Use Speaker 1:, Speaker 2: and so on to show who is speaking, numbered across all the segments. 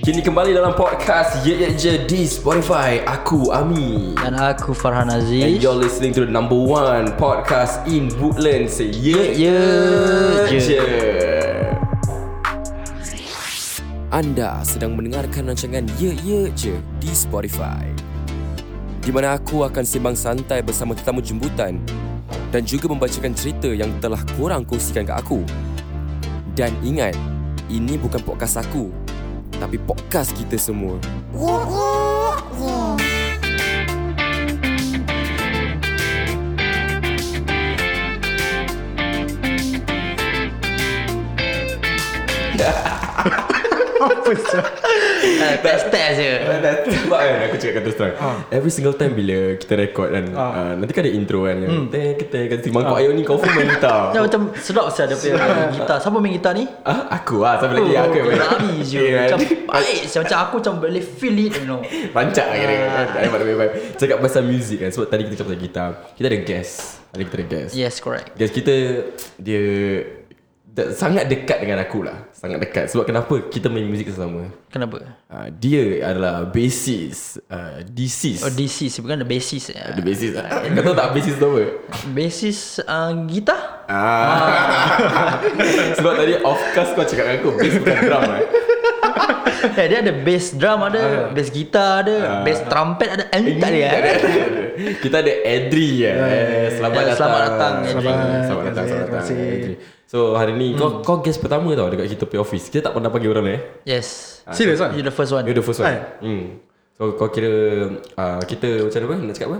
Speaker 1: Kini kembali dalam podcast Ye Ye Je di Spotify. Aku Ami.
Speaker 2: Dan aku Farhan
Speaker 1: And
Speaker 2: Aziz
Speaker 1: you're listening to the number one podcast in Woodlands. Say Ye
Speaker 2: Ye
Speaker 1: Ye
Speaker 2: Ye Je.
Speaker 1: Je. Anda sedang mendengarkan rancangan Ye Ye Je di Spotify. Di mana aku akan sembang santai bersama tetamu jemputan dan juga membacakan cerita yang telah korang kongsikan ke aku. Dan ingat, ini bukan podcast aku, tapi podcast kita semua.
Speaker 2: Test Eh, test je
Speaker 1: Dah Sebab kan aku cakap kata terang Every single time bila kita record kan uh, Nanti kan ada intro kan yang Teng keteng kata Mangkuk air ni kau pun main gitar
Speaker 2: Dia macam sedap saya ada punya gitar Siapa main gitar ni?
Speaker 1: Ah, Aku lah sampai lagi aku yang main
Speaker 2: Lari je
Speaker 1: Yeah,
Speaker 2: Macam
Speaker 1: kan?
Speaker 2: baik je. Macam aku macam boleh feel it you know
Speaker 1: Rancak lah
Speaker 2: Ah.
Speaker 1: kira Tak ada vibe Cakap pasal muzik kan Sebab tadi kita cakap pasal gitar Kita ada guest Ada kita ada guest
Speaker 2: Yes correct
Speaker 1: Guest kita Dia da- Sangat dekat dengan aku lah Sangat dekat Sebab kenapa kita main muzik sama
Speaker 2: Kenapa?
Speaker 1: uh, Dia adalah bassist uh, Deceased
Speaker 2: Oh DC bukan ada basis ya.
Speaker 1: Dia bassist lah. Kau tahu tak bassist tu apa?
Speaker 2: Basis uh, gitar?
Speaker 1: Ah. Sebab tadi of course kau cakap dengan aku Bass bukan drum eh
Speaker 2: eh, dia ada bass drum
Speaker 1: Ah.
Speaker 2: ada Bass gitar ada Bass trumpet ada Eh tak ada eh.
Speaker 1: Kita ada Adri ya. Selamat
Speaker 2: Eh,
Speaker 1: datang.
Speaker 2: selamat datang, Adri.
Speaker 1: Selamat, selamat datang,
Speaker 3: Terima
Speaker 1: selamat datang.
Speaker 3: kasih.
Speaker 1: Adri. So hari ni kau kau guest pertama tau dekat kita pay office. Kita tak pernah panggil orang ni. Eh?
Speaker 2: Yes
Speaker 3: Serius ah?
Speaker 2: You the first one
Speaker 1: You're the first one.
Speaker 3: Hai.
Speaker 1: Hmm. So kau kira uh, kita macam apa nak cakap apa?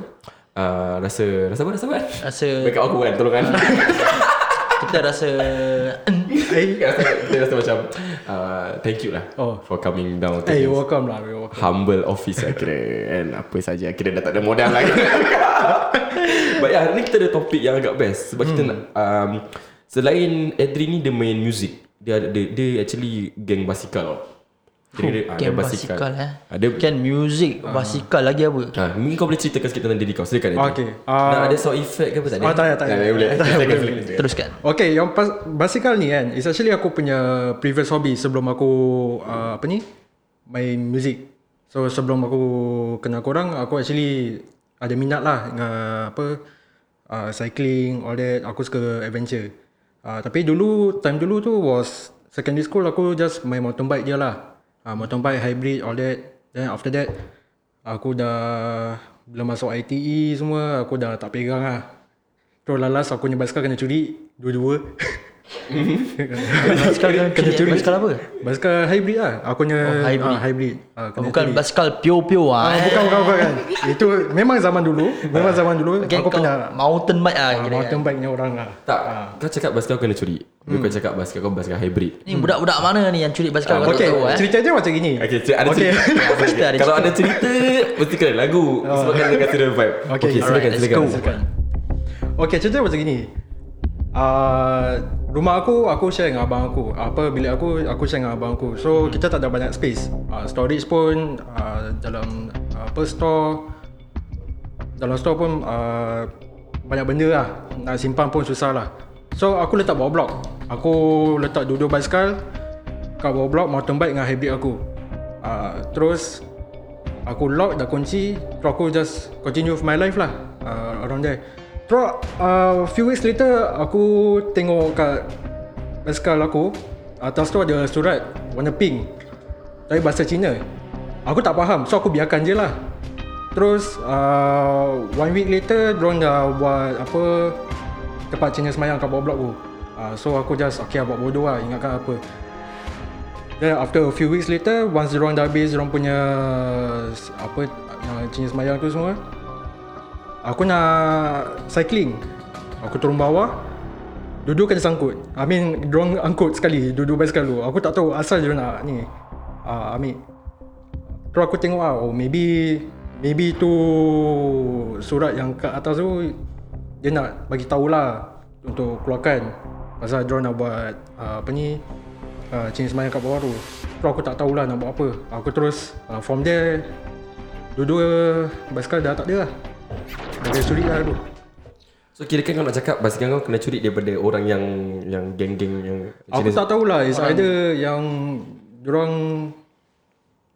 Speaker 1: Uh, rasa rasa apa rasa apa?
Speaker 2: Rasa
Speaker 1: Backup aku kan tolong kan.
Speaker 2: Kita rasa eh.
Speaker 1: Kita rasa- kita rasa macam uh, thank you lah
Speaker 3: Oh.
Speaker 1: for coming down to
Speaker 3: Eh, hey,
Speaker 1: this.
Speaker 3: welcome lah. You're welcome.
Speaker 1: humble office lah kira And apa saja Kira dah tak ada modal lagi But yeah, hari ni kita ada topik yang agak best Sebab hmm. kita nak um, Selain Adri ni dia main music Dia ada dia, dia actually geng basikal tau
Speaker 3: Oh,
Speaker 1: Kira dia, ah, dia
Speaker 2: Kan basikal eh
Speaker 1: Ah, Dia Ah.
Speaker 2: Kan music Basikal lagi apa?
Speaker 1: Ha, ni kau boleh ceritakan sikit tentang diri kau Silakan Adri
Speaker 3: Okay,
Speaker 1: uh,
Speaker 3: ah.
Speaker 1: Nak ada sound effect ke apa tak ada? Eh,
Speaker 3: Oh, tak ada, tak ada.
Speaker 1: boleh Silakan silakan
Speaker 2: Teruskan
Speaker 3: Okay, yang pas, basikal ni kan, it's actually aku punya previous hobby sebelum aku, uh, apa ni, main music. So, sebelum aku kenal korang, aku actually ada minat lah dengan apa, uh, cycling, all that. Aku suka adventure. Uh, tapi dulu, time dulu tu was secondary school aku just main mountain bike je lah. Uh, mountain bike, hybrid, all that. Then after that, aku dah, bila masuk ITE semua, aku dah tak pegang lah. Terus lalas aku punya basikal kena curi Dua-dua
Speaker 2: Basikal kan kena curi Basikal apa?
Speaker 3: Basikal hybrid lah Aku punya
Speaker 2: Oh, hybrid.
Speaker 3: ah, hybrid. Ah,
Speaker 2: Oh,
Speaker 3: kena
Speaker 2: bukan
Speaker 3: curi.
Speaker 2: basikal pio-pio
Speaker 3: ah,
Speaker 2: ah.
Speaker 3: bukan, bukan, bukan, bukan. Itu memang zaman dulu Memang zaman dulu
Speaker 2: Okay, Ah.
Speaker 3: Aku
Speaker 2: kau
Speaker 3: punya
Speaker 2: mountain bike ah
Speaker 3: ah,
Speaker 2: kira.
Speaker 3: Mountain bike ni orang lah
Speaker 1: Tak Kau cakap basikal kau kena curi Bila
Speaker 3: Hmm.
Speaker 1: Kau cakap basikal kau basikal hybrid
Speaker 2: Ni budak-budak mana ni yang curi basikal kau tak
Speaker 3: Okay,
Speaker 2: tahu eh?
Speaker 3: cerita dia macam gini
Speaker 1: Okay, cer- ada
Speaker 3: Okay.
Speaker 1: cerita.
Speaker 2: Mesti ada
Speaker 1: Kalau ada cerita, mesti kena lagu. Sebab kena kasi dia vibe.
Speaker 3: Okay,
Speaker 1: silakan,
Speaker 2: alright, let's
Speaker 1: silakan.
Speaker 2: go.
Speaker 1: silakan.
Speaker 3: Okay cerita macam gini uh, Rumah aku Aku share dengan abang aku Ah, Apa bilik aku Aku share dengan abang aku So
Speaker 2: Hmm.
Speaker 3: kita tak ada banyak space uh, Storage pun uh, Dalam uh, Apa store Dalam store pun uh, Banyak benda lah Nak simpan pun susah lah So aku letak bawah blok Aku letak dua-dua basikal Kat bawah blok mountain bike dengan hybrid aku uh, Terus Aku lock dah kunci Terus aku just continue with my life lah uh, Around there Terus uh, few weeks later Aku tengok kat Basikal aku Atas tu ada surat Warna pink Tapi bahasa Cina Aku tak faham So aku biarkan je lah Terus uh, One week later Diorang dah buat apa Tempat Cina semayang kat bawah blok aku uh, So aku just Okay buat bodoh lah Ingatkan apa Then after a few weeks later Once diorang dah habis Diorang punya Apa Yang jenis semayang tu semua Aku nak Cycling Aku turun bawah Dua-dua kena sangkut I mean Diorang angkut sekali Dua-dua basikal tu Aku tak tahu asal diorang nak ni uh, Ambil Terus aku tengok ah, Oh maybe Maybe tu Surat yang kat atas tu Dia nak bagi tahulah Untuk keluarkan Pasal diorang nak buat uh, Apa ni uh, Change semayang kat bawah tu Terus aku tak tahulah nak buat apa Aku terus uh, From there Dua-dua Basikal dah tak ada lah Dah kena curi lah tu
Speaker 1: So kira kan kau nak cakap basikal kau kena curi daripada orang yang yang geng-geng yang
Speaker 3: Aku tak tahulah It's either yang Diorang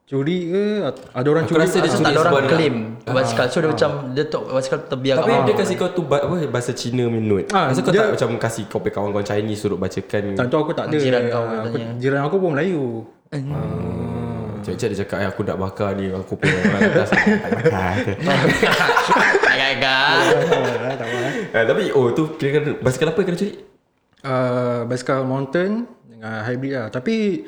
Speaker 3: Curi ke Ada orang
Speaker 1: Aku
Speaker 3: curi
Speaker 1: rasa dia
Speaker 2: Pasal
Speaker 1: curi
Speaker 2: tak ada orang
Speaker 1: sebab nak-
Speaker 2: claim basikal. So dia macam dia tok basikal terbiar
Speaker 1: Tapi
Speaker 2: kat bawah.
Speaker 1: dia kasi kau tu ba- apa, bahasa Cina punya note.
Speaker 3: Ah,
Speaker 1: Masa kau
Speaker 3: dia-
Speaker 1: tak macam kasi kau punya kawan kau Chinese suruh bacakan.
Speaker 3: Time tu aku tak ada
Speaker 2: Jiran kau
Speaker 3: Ah, aku,
Speaker 2: katanya.
Speaker 3: Jiran aku pun Melayu
Speaker 1: Cik-cik dia cakap, "Eh, aku nak bakar ni aku punya orang atas. Tak bakar.
Speaker 2: Agak-agak.
Speaker 3: Ah, Tak apa eh.
Speaker 1: Ah, Tapi oh tu kira kan basikal apa yang kena curi?
Speaker 3: uh, Bicycle mountain Dengan hybrid lah Tapi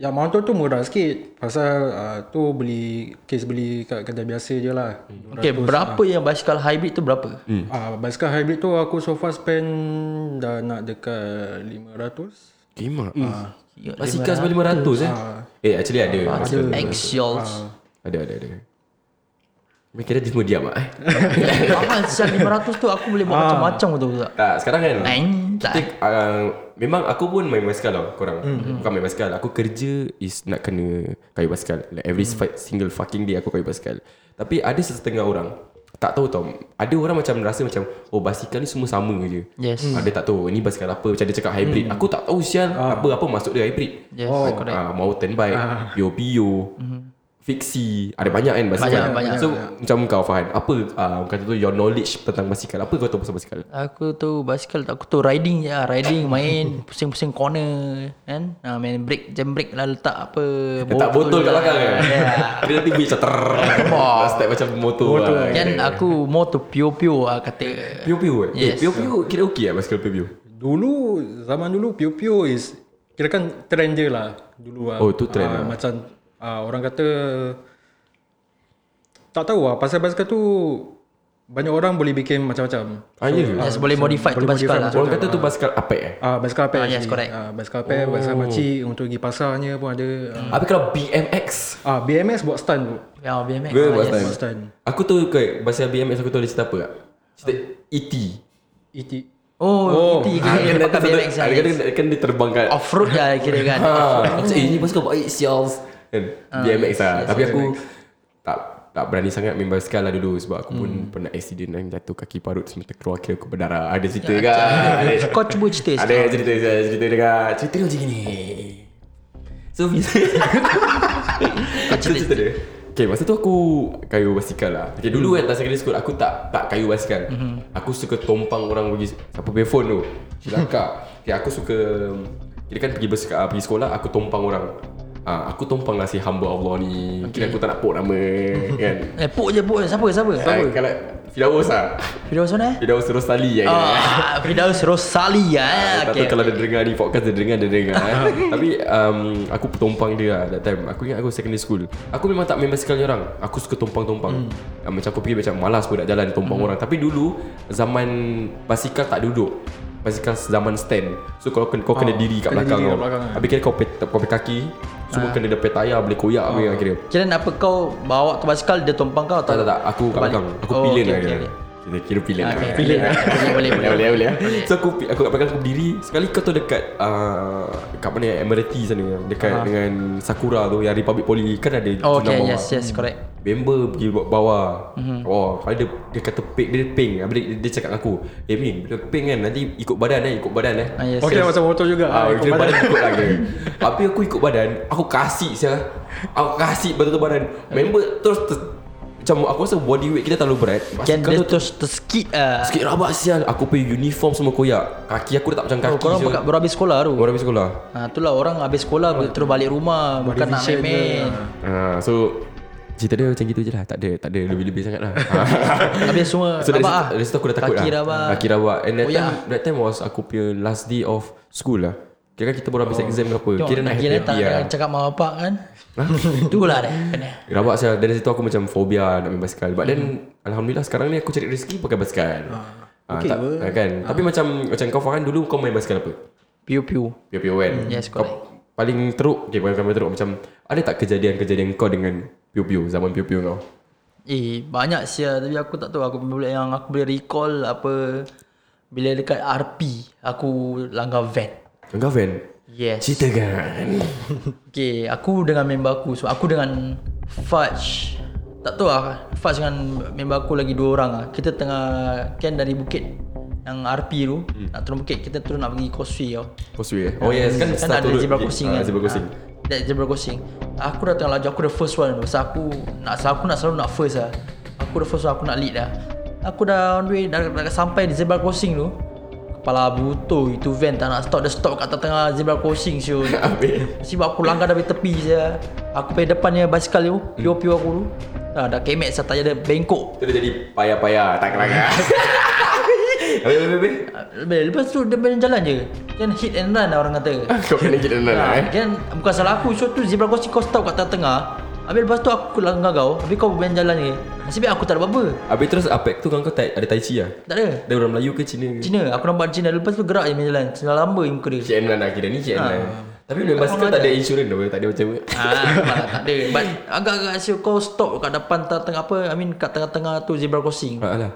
Speaker 3: Yang mountain tu murah sikit Pasal uh, Tu beli Case beli kat kedai biasa je lah
Speaker 2: Okay, berapa yang basikal hybrid tu berapa?
Speaker 3: hmm. uh, Bicycle hybrid tu Aku so far spend Dah nak dekat 500
Speaker 1: Lima. Basikal sebab lima ratus eh. Eh actually ada. Basikal.
Speaker 2: Axiols.
Speaker 1: Ada ada ada. Mereka kira dia semua diam ah. eh?
Speaker 2: Mahal sial 500 tu aku boleh buat macam-macam tu tak.
Speaker 1: Tak, sekarang kan.
Speaker 2: Lain tak.
Speaker 1: Kita, uh, memang aku pun main basikal tau korang.
Speaker 2: Hmm.
Speaker 1: Mm-hmm. Bukan main basikal. Aku kerja is nak kena kayu basikal. Like every
Speaker 2: Hmm.
Speaker 1: mm. single fucking day aku kayu basikal. Tapi ada setengah orang tak tahu tau. Ada orang macam rasa macam oh basikal ni semua sama je.
Speaker 2: Yes. Hmm.
Speaker 1: Ah, dia tak tahu ni basikal apa. Macam dia cakap hybrid. Aku tak tahu sial apa apa masuk dia hybrid.
Speaker 2: Ah. Yes,
Speaker 1: oh,
Speaker 2: correct.
Speaker 1: uh,
Speaker 2: Ah. Mm-hmm.
Speaker 1: mountain bike, yo-bio, fiksi. Ada banyak kan basikal.
Speaker 2: Banyak, banyak.
Speaker 1: So macam kau Fahan, apa uh, kata tu your knowledge tentang basikal? Apa kau tahu pasal basikal?
Speaker 2: Aku tu basikal aku tu riding je lah. Riding main pusing-pusing corner kan. Ha, main break jam break lah letak apa. lah.
Speaker 1: Letak botol kat belakang kan
Speaker 2: Yeah.
Speaker 1: Dia nanti bunyi macam ter
Speaker 2: Wah.
Speaker 1: Step macam motor lah
Speaker 2: Kan aku more to pure-pure lah kata.
Speaker 1: Piu-piu eh Eh,
Speaker 2: Yes.
Speaker 1: Piu-piu kira okey lah Basikal piu-piu
Speaker 3: Dulu Zaman dulu Pio-pio is Kira kan trend je lah Dulu lah
Speaker 1: Oh, tu trend
Speaker 3: Ah, Macam uh, Orang kata Tak tahu lah Pasal basikal tu Banyak orang boleh bikin Macam-macam
Speaker 1: Ah ya
Speaker 2: Yes, boleh modify tu basikal lah.
Speaker 1: Orang kata tu basikal apek eh
Speaker 3: Ah, basikal pair.
Speaker 2: Ah, yes,
Speaker 3: actually.
Speaker 2: correct.
Speaker 3: Ah, basikal pair, oh. basikal makcik untuk pergi pasarnya pun ada.
Speaker 2: Hmm.
Speaker 3: Ah,
Speaker 1: Tapi kalau BMX
Speaker 3: Ah, BMS buat stand tu.
Speaker 2: Ya, BMX.
Speaker 1: Gue
Speaker 2: lah,
Speaker 1: buat
Speaker 2: yes.
Speaker 1: time
Speaker 3: Buat stand.
Speaker 1: Aku tu ke Basikal BMX aku tu ada cerita apa tak? Cerita E E.T.
Speaker 3: ET.
Speaker 2: Oh, itu
Speaker 1: Ah,
Speaker 2: kira kira pakai BMX lah.
Speaker 1: Ada
Speaker 2: yes.
Speaker 1: kata kan dia terbang kat
Speaker 2: Off-road lah kira kan.
Speaker 1: Ha, macam eh ni basikal baik sials kan.
Speaker 2: Ah,
Speaker 1: BMX lah. Tapi aku tak tak berani sangat main basikal lah dulu sebab aku pun
Speaker 2: Hmm.
Speaker 1: pernah accident kan jatuh kaki parut semua terkeluar kira aku berdarah. Ada cerita
Speaker 2: Ya,
Speaker 1: kan. Ada-
Speaker 2: Kau cuba cerita
Speaker 1: Ada cerita saya cerita dekat cerita dia macam gini. So bila cerita dia. Okay, masa tu aku kayu basikal lah. Okay, dulu kan tak secondary school, aku tak tak kayu basikal. Aku suka tompang orang pergi, siapa punya phone tu? Cilaka. okay, aku suka, kira kan pergi, bersekolah, pergi sekolah, aku tompang orang. Ah, aku tompang lah si hamba Allah ni. Kira aku tak nak pok nama kan.
Speaker 2: Eh, pok je pok je. Siapa? Siapa?
Speaker 1: Ah, Kalau Firdaus lah.
Speaker 2: Firdaus mana eh?
Speaker 1: Firdaus Rosali kan.
Speaker 2: Ah, Firdaus Rosalia. eh.
Speaker 1: Ah, Tak tahu
Speaker 2: Okay.
Speaker 1: kalau dia dengar ni podcast dia dengar dia dengar eh. Tapi um, aku tompang dia lah that time. Aku ingat aku secondary school. Aku memang tak main basikal ni orang. Aku suka tompang-tompang. Hmm. Macam aku pergi macam malas pun nak jalan tompang hmm. orang. Tapi dulu zaman basikal tak duduk. Basikal zaman stand. So kalau kau, kau kena diri kat
Speaker 3: kena
Speaker 1: belakang
Speaker 3: diri
Speaker 1: kau.
Speaker 3: kat belakang, eh.
Speaker 1: Habis kira kau pet, kau pet kaki. Semua kena depan tayar boleh koyak apa yang kira.
Speaker 2: Kira apa kau bawa tu basikal dia tumpang kau atau?
Speaker 1: Tak tak tak aku kat belakang.
Speaker 2: Terbalik.
Speaker 1: Aku
Speaker 2: Oh,
Speaker 1: pilih lah
Speaker 2: okay, okay,
Speaker 1: dia.
Speaker 2: okay.
Speaker 1: Kita kira pilih lah.
Speaker 2: Okay, pilih lah. Boleh, boleh, boleh.
Speaker 1: Eh, boleh, boleh, boleh. So aku aku kat belakang aku berdiri. Sekali kau tu dekat uh, kat mana Emirati sana dekat dengan Sakura tu yang Republic Poly kan ada
Speaker 2: Oh,
Speaker 1: jenama
Speaker 2: okay,
Speaker 1: bawah. Hmm.
Speaker 2: yes, yes, correct.
Speaker 1: Member pergi buat bawah Oh Kalau dia, dia kata pink Dia pink Habis dia, dia cakap dengan aku Eh Min Bila pink kan Nanti ikut badan eh Ikut badan eh
Speaker 2: Ah, yes,
Speaker 3: Okey,
Speaker 2: yes.
Speaker 3: macam motor juga.
Speaker 1: Ah,
Speaker 3: Ah, ikut
Speaker 1: kira badan
Speaker 3: badan.
Speaker 1: ikut lagi. Tapi aku ikut badan, aku kasih saya. Aku kasih betul-betul badan. Member terus ter, macam aku rasa body weight kita terlalu berat.
Speaker 2: Kan dia
Speaker 1: Basikal tu
Speaker 2: terus terskit ah.
Speaker 1: sikit rabak sial. Aku punya uniform semua koyak. Kaki aku dah tak macam
Speaker 2: Oh,
Speaker 1: kaki.
Speaker 2: korang
Speaker 1: sial.
Speaker 2: pakat baru habis sekolah tu.
Speaker 1: Orang pergi sekolah.
Speaker 2: Ha, itulah orang habis sekolah terus balik rumah bukan nak
Speaker 3: vision
Speaker 2: main-main.
Speaker 1: Ah, so cerita dia macam gitu je lah. Tak ada tak ada lebih-lebih sangat lah.
Speaker 2: Habis semua
Speaker 1: So dari situ,
Speaker 2: rabak ah.
Speaker 1: dari situ aku dah takut
Speaker 2: Kaki
Speaker 1: lah.
Speaker 2: rabak.
Speaker 1: Kaki rabak. And that
Speaker 2: Oh, ya.
Speaker 1: time, that time was aku punya last day of school lah. Kira kan kita baru habis exam ke apa.
Speaker 2: Tengok,
Speaker 1: Kira nak
Speaker 2: kira
Speaker 1: happy-happy
Speaker 2: tak
Speaker 1: lah.
Speaker 2: Oh. nak cakap mak bapak kan. Itulah dia. kena.
Speaker 1: Rabak saya Dari situ aku macam fobia Nak main basikal But then
Speaker 2: Hmm.
Speaker 1: Alhamdulillah sekarang ni Aku cari rezeki pakai basikal Ah,
Speaker 3: okay
Speaker 1: tak,
Speaker 3: apa.
Speaker 1: kan? Tapi macam Macam kau Farhan dulu Kau main basikal apa?
Speaker 2: Piu-piu.
Speaker 1: Pio-pio kan?
Speaker 2: Hmm, yes,
Speaker 1: Kau Paling teruk Okay bukan paling teruk Macam Ada tak kejadian-kejadian kau dengan Pio-pio Zaman pio-pio kau
Speaker 2: Eh banyak sia tapi aku tak tahu aku boleh yang aku boleh recall apa bila dekat RP aku langgar van.
Speaker 1: Engkau fan?
Speaker 2: Yes.
Speaker 1: Cerita kan?
Speaker 2: Okay, aku dengan member aku. So aku dengan Fudge. Tak tahu lah. Fudge dengan member aku lagi dua orang lah. Kita tengah kan dari bukit yang RP tu. Hmm. Nak turun bukit, kita turun nak pergi Causeway tau.
Speaker 1: Causeway eh? Oh yes Kan
Speaker 2: Kan ada zebra crossing
Speaker 1: Ah,
Speaker 2: kan.
Speaker 1: Zebra crossing
Speaker 2: Ha. That dia bergosing Aku dah tengah laju Aku the first one Pasal aku nak, Aku nak selalu nak first lah Aku the first one Aku nak lead lah Aku dah on the way Dah, dah sampai di zebra crossing tu Kepala buto Itu van tak nak stop Dia stop kat tengah zebra crossing siul Sebab aku langgar dari tepi je Aku pergi depannya basikal tu
Speaker 1: Hmm.
Speaker 2: Pio-pio aku tu Ah, Dah, dah kemek saya tayar dia bengkok
Speaker 1: Tu dia jadi payah-payah Tak kelakar
Speaker 2: Hmm.
Speaker 1: Habis habis habis
Speaker 2: Ah, Lepas tu dia main jalan je Kan hit and run lah orang kata
Speaker 1: Kau kena kita nak eh
Speaker 2: Ah, Kan bukan salah aku So tu zebra crossing kau stop kat tengah-tengah Habis lepas tu aku langgar kau Habis kau main jalan je Nasib baik aku tak ada apa-apa
Speaker 4: Habis terus apek tu kan kau tai, ada tai chi
Speaker 1: ah?
Speaker 4: lah
Speaker 2: Tak ada
Speaker 4: Dia orang Melayu ke Cina ke?
Speaker 2: Cina Aku nampak Cina Lepas tu gerak je main jalan Cina lamba je muka dia
Speaker 1: Cik Enlan lah kira ni Cik Enlan Tapi main basikal
Speaker 2: Orang
Speaker 1: tak ada
Speaker 2: Ah. ada.
Speaker 1: insurans tau Tak ada macam
Speaker 2: Ah, nampak tak ada But agak-agak asyik kau stop kat depan tengah apa I mean kat tengah-tengah tu zebra crossing
Speaker 1: Ah,
Speaker 4: Ha lah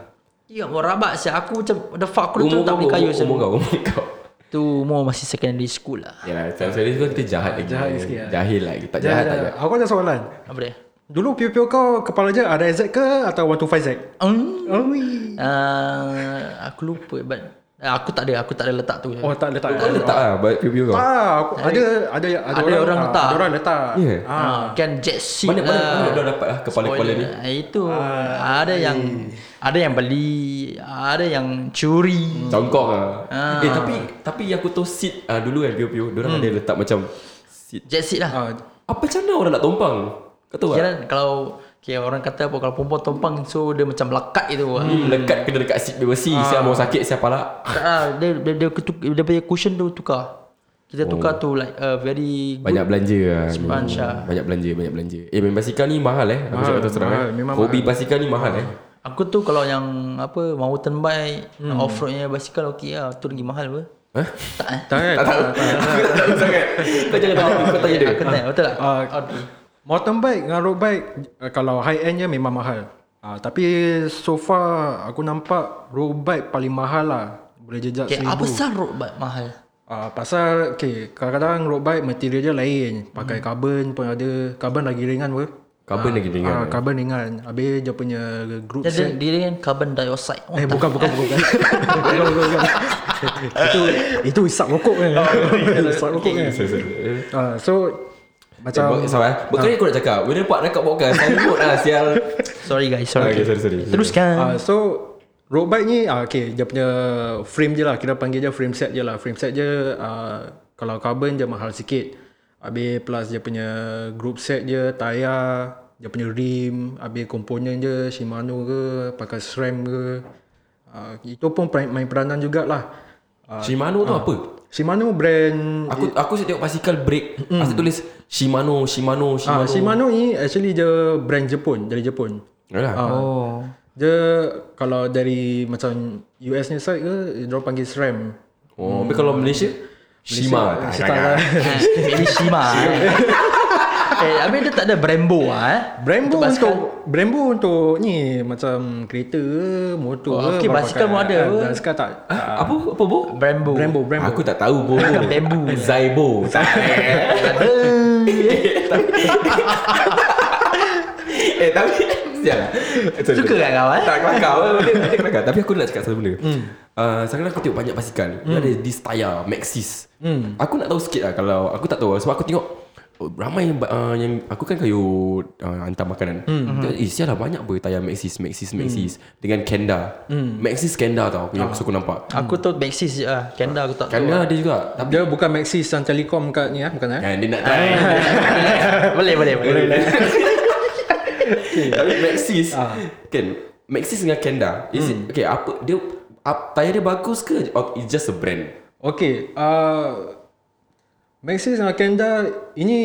Speaker 2: Ya kau rabak siap Aku macam The fuck aku
Speaker 4: Umur
Speaker 2: tu tak
Speaker 4: kau
Speaker 2: boleh kayu
Speaker 4: umur, umur kau Umur kau
Speaker 2: Tu umur masih secondary school lah
Speaker 1: Yalah Sekali-sekali kan kita jahat lagi
Speaker 3: Jahat sikit
Speaker 4: ya.
Speaker 3: lah.
Speaker 1: Jahil lagi Tak
Speaker 3: Jahat,
Speaker 1: jahat tak
Speaker 3: jahat.
Speaker 1: jahat
Speaker 3: Aku ada soalan.
Speaker 2: Apa dia?
Speaker 3: Dulu pio-pio kau kepala je ada Z ke atau 125Z?
Speaker 2: Hmm.
Speaker 3: Oh,
Speaker 2: Ah, aku lupa but ah, aku tak ada aku tak ada letak tu.
Speaker 3: oh tak letak.
Speaker 1: Kau letak lah Piu-piu kau
Speaker 3: Ah, aku, ada ada ada,
Speaker 2: ada orang
Speaker 3: ah,
Speaker 2: letak.
Speaker 3: Ada orang letak.
Speaker 1: Ya.
Speaker 2: Ah, kan jet seat
Speaker 4: Mana mana
Speaker 3: Ah.
Speaker 2: lah.
Speaker 4: mana dah dapat lah Kepala-kepala ni
Speaker 2: Ah, Itu ada yang ada yang beli, ada yang curi.
Speaker 1: Congkok lah
Speaker 3: Ah.
Speaker 4: Eh tapi Tapi yang aku tahu seat ah, Dulu kan piu-piu Diorang
Speaker 3: Hmm.
Speaker 4: ada letak macam Seat
Speaker 2: Jet seat lah.
Speaker 3: Ah,
Speaker 4: Apa macam mana orang nak tumpang? Kau tahu tak?
Speaker 2: Kira kalau okay, orang kata apa kalau perempuan tumpang so dia macam melekat gitu. ah.
Speaker 4: Hmm, Lekat kena dekat seat besi
Speaker 3: Ah.
Speaker 4: Siapa mau sakit siapa lah
Speaker 2: Tak ah, dia dia dia, ketuk, dia punya cushion tu tukar. Kita tukar tu like uh, very good.
Speaker 1: Banyak belanja lah
Speaker 2: Sponge lah.
Speaker 1: Banyak belanja Banyak belanja Eh main basikal ni mahal eh Aku cakap terus terang
Speaker 3: Ah, mahal.
Speaker 1: eh
Speaker 3: Memang
Speaker 1: Hobi basikal ni mahal eh
Speaker 2: Aku tu kalau yang apa mountain bike, hmm. off-roadnya basikal okey lah. Tu lagi mahal apa?
Speaker 1: Hah?
Speaker 2: Tak eh?
Speaker 3: tak kan? Tak, tak, tak.
Speaker 1: Aku tak tahu sangat Kau jangan tanya aku, Kau tanya dia
Speaker 2: Aku tanya betul tak?
Speaker 3: Ah,
Speaker 2: Audi.
Speaker 3: Mountain bike dengan road bike uh, kalau high endnya memang mahal. Uh, tapi so far aku nampak road bike paling mahal lah. Boleh jejak
Speaker 2: Okay,
Speaker 3: seribu.
Speaker 2: apa sah road bike mahal?
Speaker 3: Uh, pasal okay, kadang-kadang road bike material dia lain. Pakai carbon pun ada. Carbon lagi ringan apa?
Speaker 1: Carbon lagi ringan ya.
Speaker 3: Ah, carbon ringan. Habis dia punya group
Speaker 2: Dia, dia,
Speaker 3: set.
Speaker 2: dia kan carbon dioxide. Oh,
Speaker 3: Eh bukan bukan bukan. bukan, bukan, bukan, bukan. itu itu isap rokok kan. isap rokok kan. Ah, so macam
Speaker 1: Macam Sabar eh Bukan aku nak cakap Bila part rekod
Speaker 4: kan?
Speaker 1: podcast Saya ikut lah sial
Speaker 2: Sorry guys, sorry.
Speaker 1: Okay, sorry, sorry.
Speaker 2: Teruskan.
Speaker 3: Ah, so road bike ni ah, okay dia punya frame je lah kita panggil dia frame set je lah frame set je ah, kalau carbon dia mahal sikit habis plus dia punya group set je tayar dia punya rim habis komponen je Shimano ke pakai SRAM ke ah, itu pun peran- main peranan jugalah ah,
Speaker 4: Shimano tu apa?
Speaker 3: Shimano brand
Speaker 4: Aku aku saya tengok basikal break Asyik tulis Shimano Shimano
Speaker 3: ah,
Speaker 4: Shimano
Speaker 3: Shimano ni actually dia brand Jepun dari Jepun Ah,
Speaker 1: Yalah
Speaker 2: Oh.
Speaker 3: dia kalau dari macam US ni side ke dia orang panggil SRAM
Speaker 4: Oh, tapi kalau Malaysia Shima
Speaker 3: Saya tak tahu.
Speaker 2: lah. Baby Shima. eh, habis dia tak ada Brembo ah. Eh?
Speaker 3: Brembo
Speaker 2: Untuk basikal.
Speaker 3: untuk Brembo untuk ni macam kereta ke motor
Speaker 2: Oh,
Speaker 3: ke.
Speaker 2: okey, basikal pun ada apa?
Speaker 3: Basikal tak.
Speaker 4: Ah, Apa apa bo?
Speaker 2: Brembo.
Speaker 3: Brembo, Brembo.
Speaker 1: Aku tak tahu bo
Speaker 2: Bambu.
Speaker 1: Zaibo Eh tapi Sial lah Sorry,
Speaker 2: Suka
Speaker 1: sorry.
Speaker 2: kan kau, eh?
Speaker 1: Tak kelakar apa, benda, benda kelakar Tapi aku nak cakap satu benda Ah, Sekarang aku tengok banyak basikal Dia ada this tayar Maxis Aku nak tahu sikit lah Kalau Aku tak tahu Sebab aku tengok oh, Ramai yang, ba- ah, yang Aku kan kayu ah, Hantar makanan Tengok, Eh sial lah banyak apa Tayar Maxis Maxis Maxis Dengan Kenda Maxis Kenda tau Yang aku suka nampak
Speaker 2: Aku tu Maxis je ah. Kenda aku tak tahu.
Speaker 1: Kenda ada juga Tapi
Speaker 3: Dia bukan Maxis yang Telekom kat ni ah, bukan eh?
Speaker 1: Kan dia nak try
Speaker 2: Ah. boleh, boleh, boleh.
Speaker 1: Tapi Maxis
Speaker 2: Ah.
Speaker 1: Kan Maxis dengan Kenda Is it
Speaker 2: Hmm.
Speaker 1: Okay apa Dia up, Tayar dia bagus ke Or it's just a brand
Speaker 3: Okey, uh, Maxis dengan Kenda ini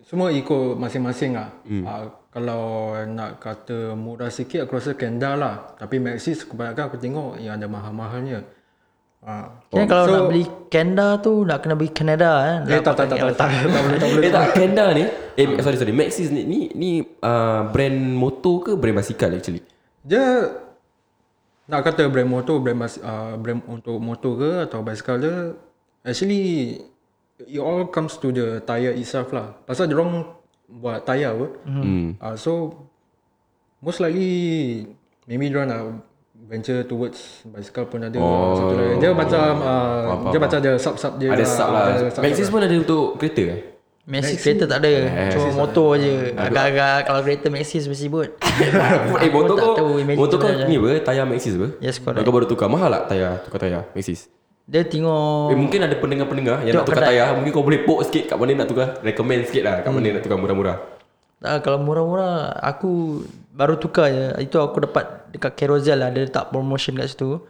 Speaker 3: semua ikut masing-masing lah. Hmm. Uh, kalau nak kata murah sikit aku rasa Kenda lah. Tapi Maxis kebanyakan aku tengok yang ada mahal-mahalnya. Uh,
Speaker 2: Kan kalau nak beli Kenda tu nak kena beli Canada eh.
Speaker 3: eh tak tak tak tak, tak, tak
Speaker 2: Ah,
Speaker 3: boleh tak boleh.
Speaker 4: Eh tak Kenda ni Eh sorry sorry Maxis ni Ni, ni uh, brand motor ke brand basikal actually?
Speaker 3: Dia nak kata brand motor, brand bas, uh, brand untuk motor ke atau basikal dia actually it all comes to the tire itself lah. Pasal dia orang buat tire apa. Mm. Uh, so most likely maybe dia orang nak venture towards basikal pun ada oh. satu lain. Dia macam uh, dia macam ada sub-sub dia.
Speaker 2: Eh,
Speaker 4: Ada sub lah
Speaker 3: Ada sub-sub
Speaker 4: Maxis pun ada untuk kereta eh?
Speaker 2: Maxis kereta tak ada
Speaker 1: Eh,
Speaker 2: Cuma
Speaker 1: Maxis
Speaker 2: motor je Agak-agag Kalau kereta Maxis mesti bot
Speaker 1: Eh motor
Speaker 2: Ah, tak
Speaker 1: kau
Speaker 2: tahu imagine
Speaker 1: Motor kau
Speaker 2: macam
Speaker 1: ni apa Tayar Maxis apa
Speaker 2: Yes, correct.
Speaker 1: Kau baru tukar Mahal tak tayar Tukar tayar Maxis
Speaker 2: Dia tengok
Speaker 1: Eh mungkin ada pendengar-pendengar Yang nak
Speaker 2: Oh. Tengok
Speaker 1: tukar
Speaker 2: kedai. Hmm.
Speaker 1: tayar Mungkin kau boleh poke sikit Kat mana nak tukar Recommend sikit lah Kat mana nak tukar murah-murah
Speaker 2: Ah, kalau murah-murah aku baru tukar je. Itu aku dapat dekat Carousel lah. Dia letak promotion kat situ.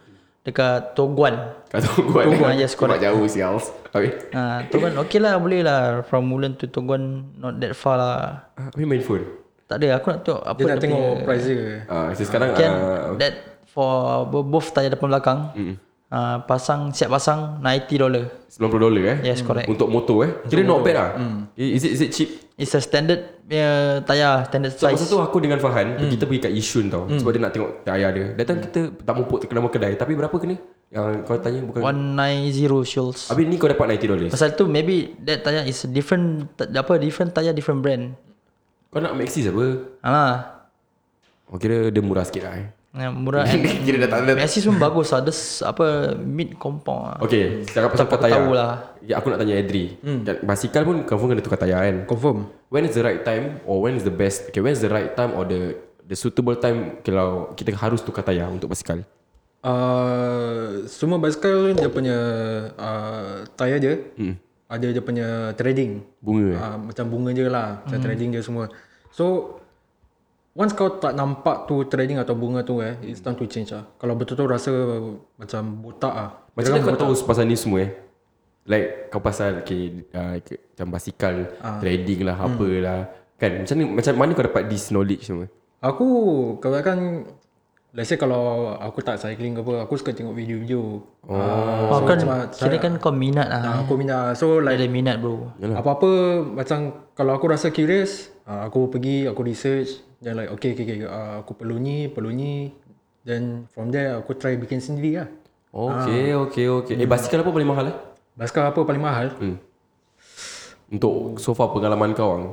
Speaker 2: Dekat Toguan.
Speaker 1: Kat Tungguan
Speaker 2: Tungguan, yes, correct.
Speaker 1: Sebab jauh sial Habis
Speaker 2: Ah, Toguan okey lah boleh lah. From Mulan to Toguan not that far lah.
Speaker 1: Habis main phone
Speaker 2: Tak ada aku nak tengok apa
Speaker 3: Dia nak
Speaker 2: dia
Speaker 3: tengok
Speaker 2: punya-
Speaker 3: price dia
Speaker 1: Ah, so sekarang
Speaker 2: Can
Speaker 1: ah,
Speaker 2: that for bo- both tayar depan belakang. Mm. Ah, pasang siap pasang 90 dollar.
Speaker 1: 90 dolar eh
Speaker 3: Mm.
Speaker 2: Yes, correct.
Speaker 1: Untuk motor eh Kira not bad lah Is it is it cheap
Speaker 2: It's a standard punya tayar, standard
Speaker 1: So
Speaker 2: size.
Speaker 1: masa tu aku dengan Farhan Kita pergi kat Yishun tau Sebab dia nak tengok ayah dia Datang kita tak mumpuk nama kedai Tapi berapa kena Yang kau tanya bukan
Speaker 2: 190 shells.
Speaker 1: Habis ni kau dapat 90 dolar
Speaker 2: Pasal tu maybe that tayar is different ta- apa different tayar different brand. Ah,
Speaker 1: Kau nak Maxis apa
Speaker 2: Alah.
Speaker 1: Oh kira dia murah sikit lah eh
Speaker 2: Yang murah and
Speaker 1: Kira dah tak ada
Speaker 2: Messi pun bagus lah Dia s- apa Mid compound lah
Speaker 1: Okay Cakap pasal tukar
Speaker 2: Tak lah. apa, aku
Speaker 1: tayar
Speaker 2: tahulah.
Speaker 1: ya, Aku nak tanya Adri Dan Basikal pun confirm kena tukar tayar kan
Speaker 3: Confirm
Speaker 1: When is the right time Or when is the best Okay when is the right time Or the The suitable time Kalau kita harus tukar tayar Untuk basikal
Speaker 3: Uh, semua basikal dia punya uh, tayar dia mm. ada dia punya trading
Speaker 1: Hmm. Bunga eh Hmm.
Speaker 3: uh, macam bunga je lah macam trading dia semua so once kau tak nampak tu trading atau bunga tu eh it's time to change lah kalau betul-betul rasa macam botak ah
Speaker 1: Macam mana kau tahu pasal ni semua eh? Like kau pasal okay, uh, ke- macam basikal, uh.
Speaker 2: Ah.
Speaker 1: trading
Speaker 2: Hmm.
Speaker 1: lah, apa lah. Kan macam ni, macam mana kau dapat this knowledge semua?
Speaker 3: Aku kebanyakan Let's say kalau aku tak cycling ke apa Aku suka tengok video-video oh.
Speaker 2: Oh, kan Kira kan kau minat lah
Speaker 3: Aku minat
Speaker 2: Kau
Speaker 3: So like
Speaker 2: Ada minat bro
Speaker 3: Apa-apa Macam Kalau aku rasa curious ah, Aku pergi Aku research Then like Okay, okay, okay ah, Aku perlu ni Perlu ni Then from there Aku try bikin sendiri lah
Speaker 1: Okay,
Speaker 2: Ah.
Speaker 1: okay, okay. Eh basikal apa paling mahal eh?
Speaker 3: Basikal apa paling mahal hmm.
Speaker 1: Untuk so far pengalaman kau ang.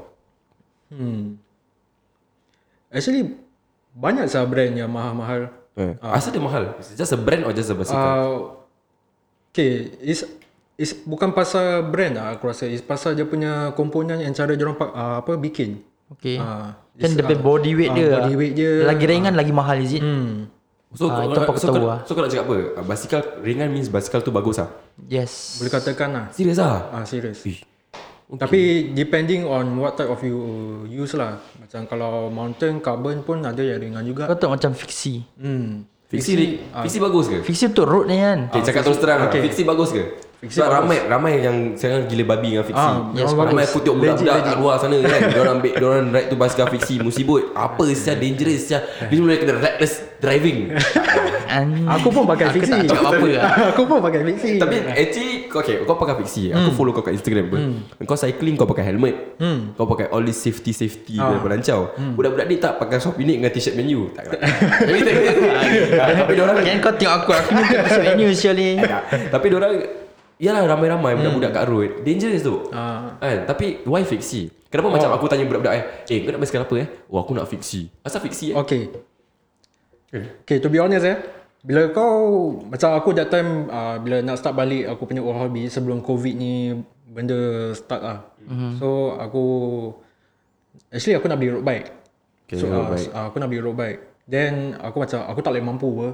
Speaker 3: Actually Banyak sah brand yang mahal-mahal
Speaker 1: Eh.
Speaker 2: Ah.
Speaker 1: Asal dia mahal? Is it Just a brand or just a basikal?
Speaker 3: Uh, okay, is is bukan pasal brand lah aku rasa. Is pasal dia punya komponen yang cara dia orang uh, apa bikin.
Speaker 2: Okay
Speaker 3: Ah,
Speaker 2: Kan dia punya body weight dia
Speaker 3: body weight dia. Ah. Hmm.
Speaker 2: Lagi ringan lagi mahal is it
Speaker 1: so,
Speaker 2: ah,
Speaker 1: kau,
Speaker 2: itu
Speaker 1: nak-
Speaker 2: aku
Speaker 1: so, kau,
Speaker 2: tahu
Speaker 1: so kau nak cakap apa? Ah, Basikal ringan means basikal tu bagus ah.
Speaker 2: Yes
Speaker 3: Boleh katakan lah.
Speaker 1: Serius ah?
Speaker 3: Ah, serius.
Speaker 1: Ih.
Speaker 3: Okay. Tapi depending on what type of you use lah. Macam kalau mountain carbon pun ada yang ringan juga.
Speaker 2: Kau tahu macam fiksi
Speaker 3: Hmm.
Speaker 1: Fiksi ring, fiksi bagus ke?
Speaker 2: Fiksi tu road ni kan
Speaker 1: Okay, cakap terus terang okay. Fiksi bagus ke? Fiksi Sebab ramai ramai yang sekarang gila babi dengan Fiksi.
Speaker 3: Ah,
Speaker 1: yes,
Speaker 3: yes,
Speaker 1: ramai
Speaker 3: bagus.
Speaker 1: aku tengok budak-budak kat luar sana kan. Diorang ambil diorang ride tu basikal Fiksi musibut. Apa sia dangerous sia. Dia mulai kena reckless driving.
Speaker 2: An-
Speaker 3: Ah. Aku pun pakai
Speaker 2: Aku
Speaker 3: fiksi.
Speaker 2: tak cakap apa-apa lah
Speaker 3: aku pun pakai fiksi.
Speaker 1: Tapi actually kau okay, kau pakai Fiksi. Aku follow kau kat Instagram pun. Kau cycling kau pakai helmet. Kau pakai all this safety safety Hmm. ah. melancau. Budak-budak ni tak pakai soft unit dengan t-shirt menu. Tak. tak. Tapi tapi diorang
Speaker 2: Kan kau tengok aku Aku ni tengok pasal menu Surely
Speaker 1: Tapi diorang Yalah ramai-ramai
Speaker 2: Hmm.
Speaker 1: budak-budak kat road Dangerous tu
Speaker 3: Ah.
Speaker 1: kan? Tapi why fiksi? Kenapa oh. macam aku tanya budak-budak eh Eh kau nak basikal apa eh Wah aku nak fiksi Asal fiksi eh
Speaker 2: Oh.
Speaker 3: Okay.
Speaker 1: Okay.
Speaker 3: Okay, to be honest eh. Bila kau, macam aku that time, uh, bila nak start balik aku punya old hobby sebelum COVID ni, benda start lah. Mm-hmm. So, aku, actually aku nak beli road bike.
Speaker 1: Okay,
Speaker 3: so,
Speaker 1: road
Speaker 3: uh,
Speaker 1: bike.
Speaker 3: Uh, aku nak beli road bike. Then, aku macam, aku tak boleh mampu apa.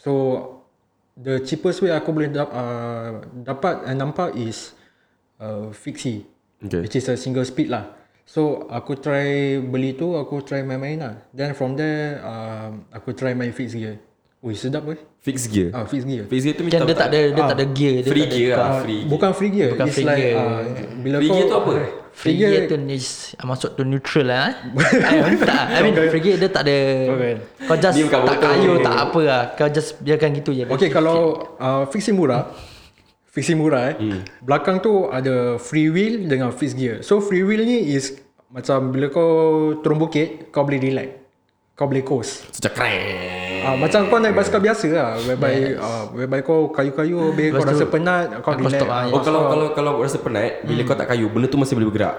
Speaker 3: So, the cheapest way aku boleh dap, uh, dapat and nampak is uh, fixie.
Speaker 1: Okay.
Speaker 3: Okay. Which is a single speed lah. So aku try beli tu, aku try main-main lah. Then from there, um, aku try main fixed gear. Ui sedap weh.
Speaker 1: Fix gear
Speaker 3: Ah fixed gear.
Speaker 1: Fix gear tu
Speaker 2: Kan
Speaker 1: macam
Speaker 2: dia tak ada
Speaker 3: Ah.
Speaker 2: Dia tak ada gear dia
Speaker 1: Free
Speaker 2: tak ada
Speaker 1: gear
Speaker 2: car.
Speaker 1: lah Free gear
Speaker 3: Bukan free gear.
Speaker 2: Bukan eh.
Speaker 3: It's
Speaker 2: free
Speaker 3: like,
Speaker 2: gear.
Speaker 3: Uh, bila
Speaker 1: Free
Speaker 3: kau,
Speaker 1: gear tu apa?
Speaker 2: Free gear tu ni s- masuk tu neutral lah eh. I mean, tak, I mean free gear dia tak ada
Speaker 3: Bukan.
Speaker 2: Kau just
Speaker 1: Dia bukan
Speaker 2: tak
Speaker 1: motor.
Speaker 2: kayu tak apa lah Kau just biarkan gitu je
Speaker 3: Okay kalau uh, fixie murah, fixie murah eh. Hmm. Belakang tu ada free wheel dengan fixed gear. So free wheel ni is macam bila kau turun bukit, kau boleh relax. Kau boleh coast.
Speaker 1: So macam kreng
Speaker 3: Ah, macam kau naik basikal biasa lah Whereby, yes. ah, whereby kau kayu-kayu Habis
Speaker 2: Lepas
Speaker 3: kau
Speaker 2: tu,
Speaker 3: rasa penat Kau
Speaker 2: kau Hmm.
Speaker 3: relax
Speaker 2: stop
Speaker 3: ah.
Speaker 2: ah,
Speaker 1: Oh kalau kalau kalau rasa penat Bila kau tak kayu Benda tu masih boleh bergerak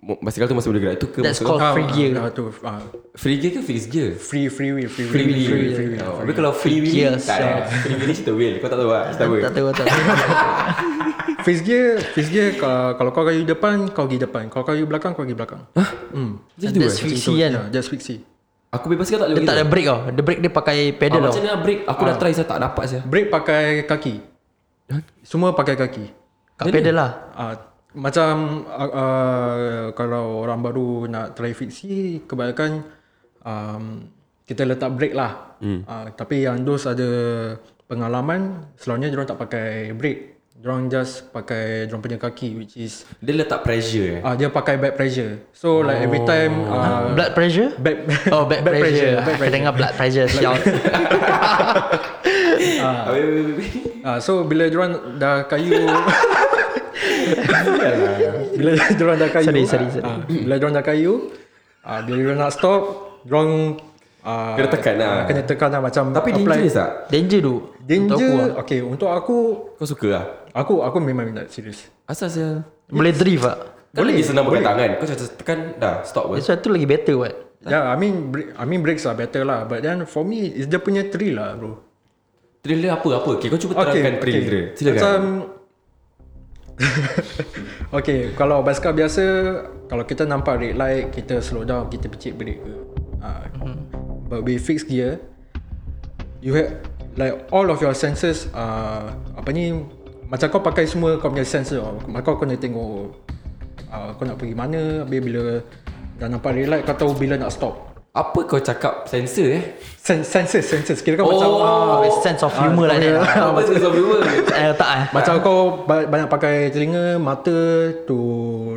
Speaker 1: Mo- Basikal tu masih boleh bergerak Itu ke maksud
Speaker 2: That's called
Speaker 1: kau?
Speaker 3: Ah,
Speaker 2: free gear
Speaker 3: ah, tu, ah,
Speaker 1: Free gear ke fix gear
Speaker 3: Free free wheel Free
Speaker 1: Free
Speaker 3: wheel,
Speaker 1: wheel Free wheel Oh, Tapi kalau free wheel
Speaker 2: gear,
Speaker 1: Tak ada Free wheel cerita wheel Kau tak tahu lah Cerita apa
Speaker 2: Tak tahu tak tahu
Speaker 3: Face gear Face gear kalau, kalau kau kayu depan Kau pergi depan Kalau kayu belakang Kau pergi belakang huh? hmm.
Speaker 1: Macam tu
Speaker 2: That's
Speaker 1: eh?
Speaker 2: fiksi
Speaker 3: Ya,
Speaker 2: kan
Speaker 3: yeah, just fiksi
Speaker 1: Aku bebas ke tak boleh
Speaker 2: Dia tak ada
Speaker 1: begitu?
Speaker 2: break tau Dia break dia pakai
Speaker 1: Ah,
Speaker 2: pedal tau
Speaker 1: Macam mana nak break Aku dah try saya tak dapat saya
Speaker 3: Brake pakai kaki Semua pakai kaki
Speaker 2: Kat pedal lah
Speaker 3: uh, Macam uh, uh, Kalau orang baru nak try fiksi Kebanyakan um, Kita letak brake lah hmm. uh, Tapi yang dos ada Pengalaman Selalunya diorang tak pakai brake Diorang just pakai Diorang punya kaki Which is
Speaker 1: Dia letak pressure eh
Speaker 3: uh, Dia pakai back pressure So like every time uh,
Speaker 2: Blood pressure?
Speaker 3: Back,
Speaker 2: Oh back,
Speaker 3: back
Speaker 2: pressure,
Speaker 3: back
Speaker 2: Aku dengar blood pressure sial.
Speaker 1: Ah, wait, wait, wait, wait.
Speaker 3: Ah, so bila diorang dah kayu Bila diorang dah kayu
Speaker 2: Sorry, sorry, sorry.
Speaker 3: ah, Bila diorang dah kayu ah, Bila diorang nak stop Diorang ah,
Speaker 1: Kena tekan lah.
Speaker 3: ah, Kena tekan lah macam
Speaker 1: Tapi dangerous tak?
Speaker 2: Danger tu
Speaker 3: Danger
Speaker 2: Untuk aku lah.
Speaker 3: Okay untuk aku
Speaker 1: Kau suka lah
Speaker 3: Aku aku memang minat serius
Speaker 1: Asal saya
Speaker 2: Boleh ah. drift tak
Speaker 1: Boleh lagi senang pakai tangan Kau cakap tekan Dah stop pun
Speaker 2: That's why tu lagi better buat
Speaker 3: Yeah, Ya, I mean break, I mean breaks are better lah But then for me It's dia punya thrill lah bro
Speaker 1: Trail dia apa apa okay, Kau cuba terangkan okay, trail dia Silakan
Speaker 3: Macam Okay Kalau basikal biasa Kalau kita nampak red light Kita slow down Kita picit brake ke ha. But with fixed gear You have Like all of your senses uh, Apa ni Macam kau pakai semua Kau punya sensor Maka kau kena tengok uh, Kau nak pergi mana Habis bila Dah nampak red light Kau tahu bila nak stop
Speaker 1: Apa kau cakap sensor eh
Speaker 3: Sen- Senses Senses Kira kau oh. macam ah,
Speaker 2: Oh, sense of humour lah dia.
Speaker 1: Apa sensor berubah
Speaker 2: Eh, tak eh.
Speaker 3: Macam kau ba- banyak pakai telinga, mata to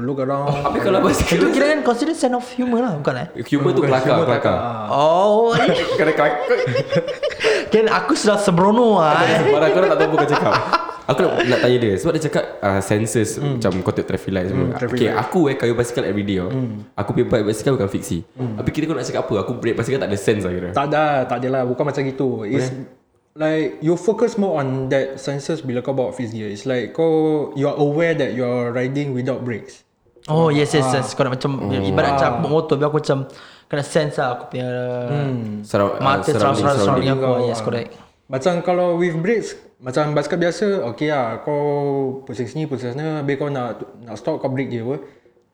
Speaker 3: look around.
Speaker 1: Habis kalau
Speaker 2: Itu
Speaker 1: basikal
Speaker 2: kira kan consider sense of humour lah bukan eh?
Speaker 1: Humor tu kelakar Kelakar
Speaker 2: Oh,
Speaker 1: Kena kelakar
Speaker 2: kan aku sudah sembrono lah. eh.
Speaker 1: Barang korang tak tahu apa kau cakap Aku nak, nak tanya dia Sebab dia cakap uh, Sensors mm. Macam kau tengok traffic light semua mm,
Speaker 3: Hmm. traffic
Speaker 1: Okay
Speaker 3: light. Hmm.
Speaker 1: aku eh Kayu basikal everyday oh. mm. Aku punya bike basikal Bukan fiksi mm. Tapi kira kau nak cakap apa Aku break basikal tak ada sense lah kira
Speaker 3: Tak ada, tak ada lah. Bukan macam gitu. It's like you focus more on that senses bila kau bawa fixed gear. It's like kau you are aware that you are riding without brakes.
Speaker 2: Oh, yes, yes, yes. Kau nak macam, ibarat macam aku bawa motor, biar aku macam kena sense lah aku punya Hmm.
Speaker 1: Surround, uh,
Speaker 2: mata surround, surround, surrounding aku. lah. Yes, correct.
Speaker 3: Macam kalau with brakes, macam basikal biasa, okay lah. Kau pusing sini, pusing sana. Habis kau nak nak stop, kau brake je apa.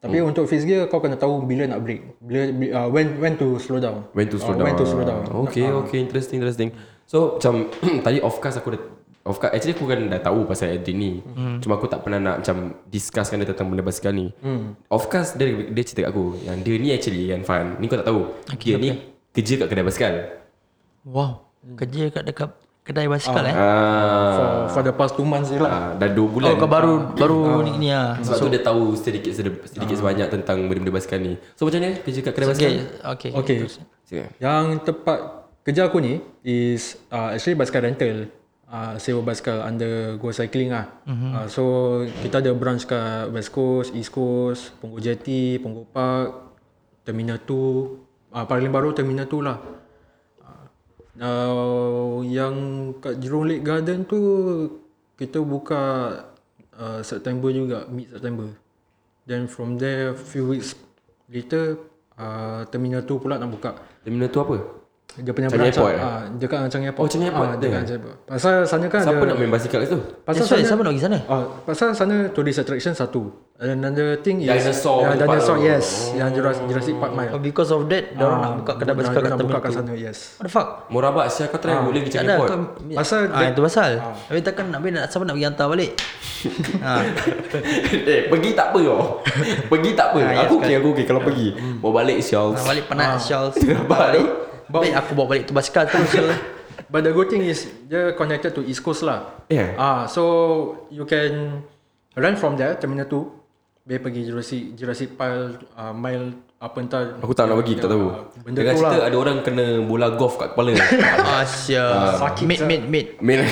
Speaker 3: Tapi hmm. untuk fixed gear, kau kena tahu bila nak brake. Bila, uh, when when to slow down.
Speaker 1: When to slow
Speaker 3: Ah,
Speaker 1: down
Speaker 3: When to slow down.
Speaker 1: Okay okay Interesting interesting So macam Tadi of course aku dah Of course Actually aku kan dah tahu Pasal Adrian ni
Speaker 3: Hmm.
Speaker 1: Cuma aku tak pernah nak Macam discusskan dia Tentang benda basikal ni
Speaker 3: Hmm.
Speaker 1: Of course dia, dia cerita kat aku Yang dia ni actually Yang fun Ni kau tak tahu Dia ni Kerja kat kedai basikal
Speaker 2: Wow, Hmm. kerja kat dekat kedai basikal eh.
Speaker 1: Ah,
Speaker 3: For, for the past two months je lah.
Speaker 1: ah, Dah 2 bulan
Speaker 2: Oh, kau baru baru ni, ni lah.
Speaker 1: Sebab tu dia tahu sedikit sedikit,
Speaker 2: Ah.
Speaker 1: sedikit sebanyak tentang benda-benda basikal ni. So macam mana eh, kerja kat kedai basikal?
Speaker 2: Okay, okay. Eh,
Speaker 3: Okay.
Speaker 1: Silakan.
Speaker 3: Yang tempat kerja aku ni is uh, actually basikal rental. Uh, sewa basikal under Go Cycling lah. Mm-hmm. Uh, so kita ada branch kat West Coast, East Coast, Punggol Jetty, Punggol Park, Terminal 2, uh, paling baru Terminal 2 lah. Uh, yang kat Jurong Lake Garden tu kita buka uh, September juga, mid September. Then from there few weeks later uh, Terminal 2 pula nak buka.
Speaker 1: Terminal tu apa?
Speaker 3: Dia punya
Speaker 1: Changi
Speaker 3: branch
Speaker 1: Airport, eh?
Speaker 3: ah, ah, dekat dengan Changi Airport.
Speaker 1: Oh, Changi Airport,
Speaker 3: Ah, dekat
Speaker 1: yeah.
Speaker 3: Changi Airport. Pasal sana kan
Speaker 1: Siapa
Speaker 3: ada
Speaker 1: nak Eh, main basikal kat situ?
Speaker 3: pasal
Speaker 2: That's why,
Speaker 3: sana
Speaker 2: siapa nak pergi sana?
Speaker 3: ah, pasal sana tourist attraction satu. And another thing is
Speaker 1: Dinosaur
Speaker 3: Ya,
Speaker 1: punya
Speaker 3: dinosaur
Speaker 1: park tu.
Speaker 3: yes. Yang Jurassic, Jurassic Park mile.
Speaker 2: Oh, because of that, Ah. dia orang nak buka kedai
Speaker 3: Dorang
Speaker 2: basikal kat
Speaker 3: nak buka
Speaker 2: terminal
Speaker 3: kat
Speaker 2: tu.
Speaker 3: sana yes.
Speaker 2: What the fuck?
Speaker 1: Murabak Syah kau try boleh pergi
Speaker 2: Ah, Tak
Speaker 1: Changi
Speaker 2: ada
Speaker 1: Airport.
Speaker 2: kau
Speaker 3: Pasal
Speaker 2: ah,
Speaker 3: dia-
Speaker 2: itu pasal. Habis takkan nak nak siapa nak pergi hantar balik. ha.
Speaker 1: eh, pergi tak apa kau. pergi tak apa.
Speaker 2: Ah,
Speaker 1: aku
Speaker 2: yes,
Speaker 1: okey, aku okey kalau pergi. Bawa balik Syah.
Speaker 2: Nak balik penat ha. Charles.
Speaker 1: Balik.
Speaker 2: balik. Baik aku bawa balik tu basikal terus. Syal.
Speaker 3: But the good thing is dia connected to East Coast lah.
Speaker 1: Yeah.
Speaker 3: Ah, so you can run from there Terminal 2 Dia pergi Jurassic Jurassic Park uh, mile apa entah.
Speaker 1: Aku tak nak bagi, tak tahu.
Speaker 3: Benda
Speaker 1: Dengan
Speaker 3: tu
Speaker 1: cerita
Speaker 3: lah.
Speaker 1: ada orang kena bola golf kat kepala.
Speaker 2: Ah, sial.
Speaker 3: Sakit,
Speaker 2: Mid
Speaker 3: Syal.
Speaker 2: mid mid.
Speaker 1: Main.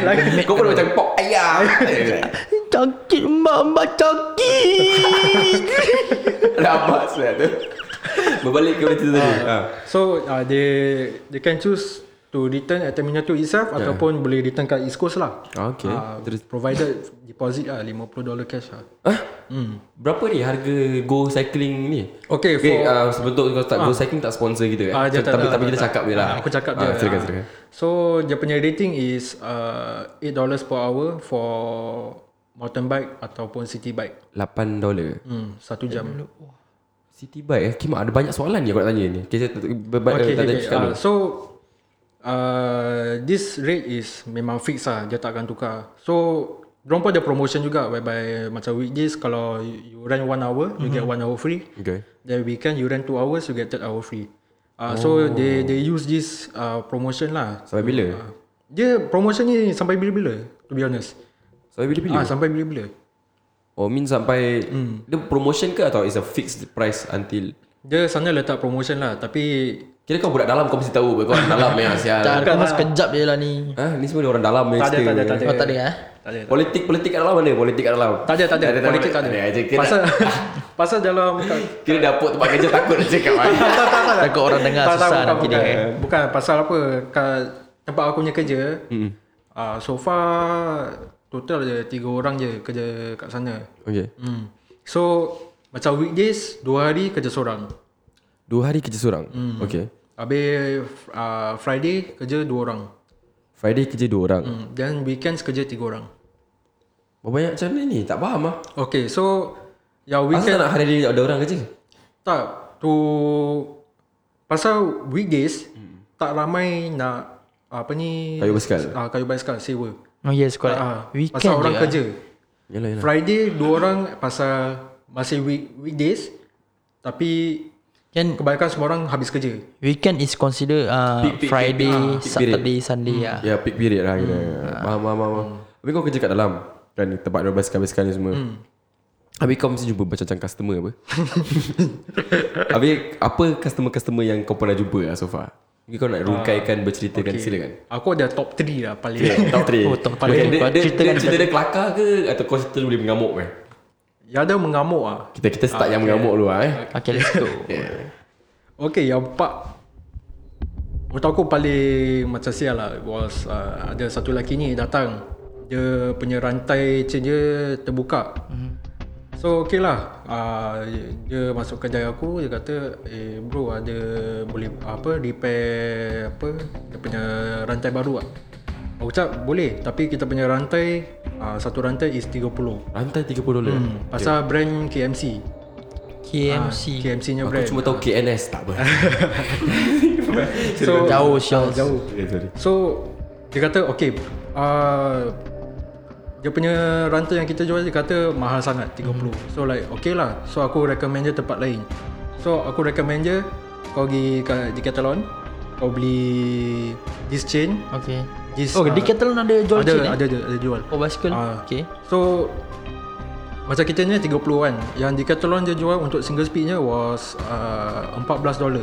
Speaker 2: lah,
Speaker 1: Kau pun macam pop ayah. Eh,
Speaker 2: Cakit mama cakit.
Speaker 1: Rabak Syah tu. Berbalik ke cerita tadi.
Speaker 2: Ah.
Speaker 1: Ha.
Speaker 3: So uh, they they can choose to return at Terminal 2 itself yeah. ataupun boleh return kat East Coast lah.
Speaker 1: Okay.
Speaker 3: Ah, provided deposit lah $50 cash lah.
Speaker 1: Hah? Hmm. Berapa ni harga go cycling ni?
Speaker 3: Okay,
Speaker 1: okay
Speaker 3: for-
Speaker 1: uh, sebentuk kalau tak go cycling tak sponsor kita eh.
Speaker 3: Ah, dia
Speaker 1: So,
Speaker 3: tak-
Speaker 1: tapi
Speaker 3: tak-
Speaker 1: tapi
Speaker 3: tak-
Speaker 1: kita cakap je lah.
Speaker 3: Aku cakap
Speaker 1: Ah,
Speaker 3: dia.
Speaker 1: Silakan
Speaker 3: Ah.
Speaker 1: silakan.
Speaker 3: So dia punya rating is uh, $8 per hour for mountain bike ataupun city bike.
Speaker 1: 8 dolar
Speaker 3: Hmm, satu jam. Okay,
Speaker 1: City bike eh Kimak ada banyak soalan ni Aku nak tanya ni Kita tak
Speaker 3: okay, okay.
Speaker 1: tanya
Speaker 3: Uh, so uh, this rate is memang fix lah. Dia tak akan tukar. So Diorang pun ada promotion juga whereby macam weekdays kalau you you run one hour, you mm-hmm. get one hour free.
Speaker 1: Okay
Speaker 3: Then weekend you run 2 hours You get third hour free uh, oh. So they they use this uh, promotion lah
Speaker 1: Sampai bila?
Speaker 3: Dia promotion ni sampai bila-bila To be honest
Speaker 1: Sampai bila-bila?
Speaker 3: ah, Hmm. Sampai bila-bila
Speaker 1: Oh mean sampai Dia promotion ke atau is a fixed price until
Speaker 3: Dia sana letak promotion lah Tapi
Speaker 1: Kira kau budak dalam kau mesti tahu Kau orang dalam ya
Speaker 2: Jangan
Speaker 1: sial
Speaker 2: kau mas kejap je lah ni
Speaker 1: Ha? Ni semua dia orang dalam
Speaker 3: tak ada, tak ada, tak ada.
Speaker 2: Oh tak ada eh
Speaker 3: Tak ada
Speaker 1: Politik politik kat dalam mana? Politik kat dalam
Speaker 3: tak ada, tak ada. Politik tak
Speaker 1: ada.
Speaker 3: ada.
Speaker 1: aje. Kira,
Speaker 3: Pasal, pasal dalam
Speaker 1: kira dapur tempat kerja takut nak cakap kan?
Speaker 3: tak, tak, tak.
Speaker 2: Takut orang dengar
Speaker 3: tak, tak,
Speaker 2: susah
Speaker 3: bukan,
Speaker 2: nanti dia
Speaker 3: bukan.
Speaker 2: eh.
Speaker 3: Bukan pasal apa Kat tempat aku punya kerja
Speaker 1: Hmm.
Speaker 3: mm. uh, So far Total ada tiga orang je kerja kat sana
Speaker 1: Okay
Speaker 3: mm. So Macam weekdays Dua hari kerja seorang
Speaker 1: Dua hari kerja seorang
Speaker 3: Hmm.
Speaker 1: Okay
Speaker 3: Habis uh, Friday kerja dua orang
Speaker 1: Friday kerja dua orang
Speaker 3: mm. Then weekends kerja tiga orang
Speaker 1: Berapa Banyak macam mana ni? Tak faham lah
Speaker 3: Okay so Yang
Speaker 1: Asal
Speaker 3: weekend
Speaker 1: tak nak hari ni ada orang kerja?
Speaker 3: Tak Tu Pasal weekdays mm. Tak ramai nak Apa ni
Speaker 1: Hmm. Kayu basikal.
Speaker 3: Ah, Kayu basikal sewa
Speaker 2: Oh yes correct
Speaker 3: Ah,
Speaker 2: Weekend
Speaker 3: Pasal orang
Speaker 2: je eh?
Speaker 3: kerja
Speaker 1: Yalah yalah
Speaker 3: Friday dua orang pasal masih week, weekdays tapi
Speaker 2: Kan
Speaker 3: kebanyakan semua orang habis kerja.
Speaker 2: Weekend is considered uh,
Speaker 1: Peak- peak-
Speaker 2: Friday,
Speaker 1: peak- ah, peak
Speaker 2: Saturday, Sunday
Speaker 3: Hmm.
Speaker 2: ya.
Speaker 1: Ya peak period lah kira Faham faham faham Habis kau kerja kat dalam Kan tempat ada basikal-basikal ni semua
Speaker 3: Hmm.
Speaker 1: Habis kau mesti jumpa macam-macam customer apa Habis apa customer-customer yang kau pernah jumpa lah so far Mungkin kau nak
Speaker 3: Ah.
Speaker 1: rungkaikan, berceritakan silakan
Speaker 3: Aku ada top 3 lah paling.
Speaker 1: Okay, top 3
Speaker 2: Oh, top three.
Speaker 1: dia,
Speaker 2: Kau
Speaker 1: dia,
Speaker 2: ceritakan
Speaker 1: dia, cerita dia kelakar ke Atau kau cerita boleh mengamuk eh?
Speaker 3: Yang ada mengamuk ah.
Speaker 1: Kita kita start yang mengamuk dulu lah eh
Speaker 2: Okay let's go
Speaker 3: Okay, yang empat Untuk aku paling macam sial lah was, uh, Ada satu lelaki ni datang Dia punya rantai chain dia terbuka
Speaker 1: Mhm.
Speaker 3: So okay lah uh, Dia masuk kedai aku Dia kata Eh bro ada Boleh apa repair Apa Dia punya rantai baru lah Aku cakap boleh Tapi kita punya rantai uh, Satu rantai is 30
Speaker 1: Rantai 30 dolar hmm.
Speaker 3: Pasal brand KMC
Speaker 2: KMC
Speaker 3: KMC nya
Speaker 1: Aku
Speaker 3: brand
Speaker 1: cuma tahu KNS tak apa
Speaker 3: So
Speaker 2: ah, Jauh Syaz
Speaker 3: Jauh
Speaker 1: Okay, sorry
Speaker 3: So dia kata okay uh, dia punya rantai yang kita jual dia kata mahal sangat 30.
Speaker 2: Hmm.
Speaker 3: So like okay lah. So aku recommend dia tempat lain. So aku recommend dia kau pergi kat Decathlon kau beli this chain.
Speaker 2: Okay
Speaker 3: This,
Speaker 2: Oh
Speaker 3: ah,
Speaker 2: Decathlon ada jual
Speaker 3: ada,
Speaker 2: chain eh?
Speaker 3: ada ada ada jual.
Speaker 2: Oh basikal
Speaker 3: Ah.
Speaker 2: Okay
Speaker 3: So macam kita ni 30 kan. Yang Decathlon dia jual untuk single speed nya was uh, 14 dolar.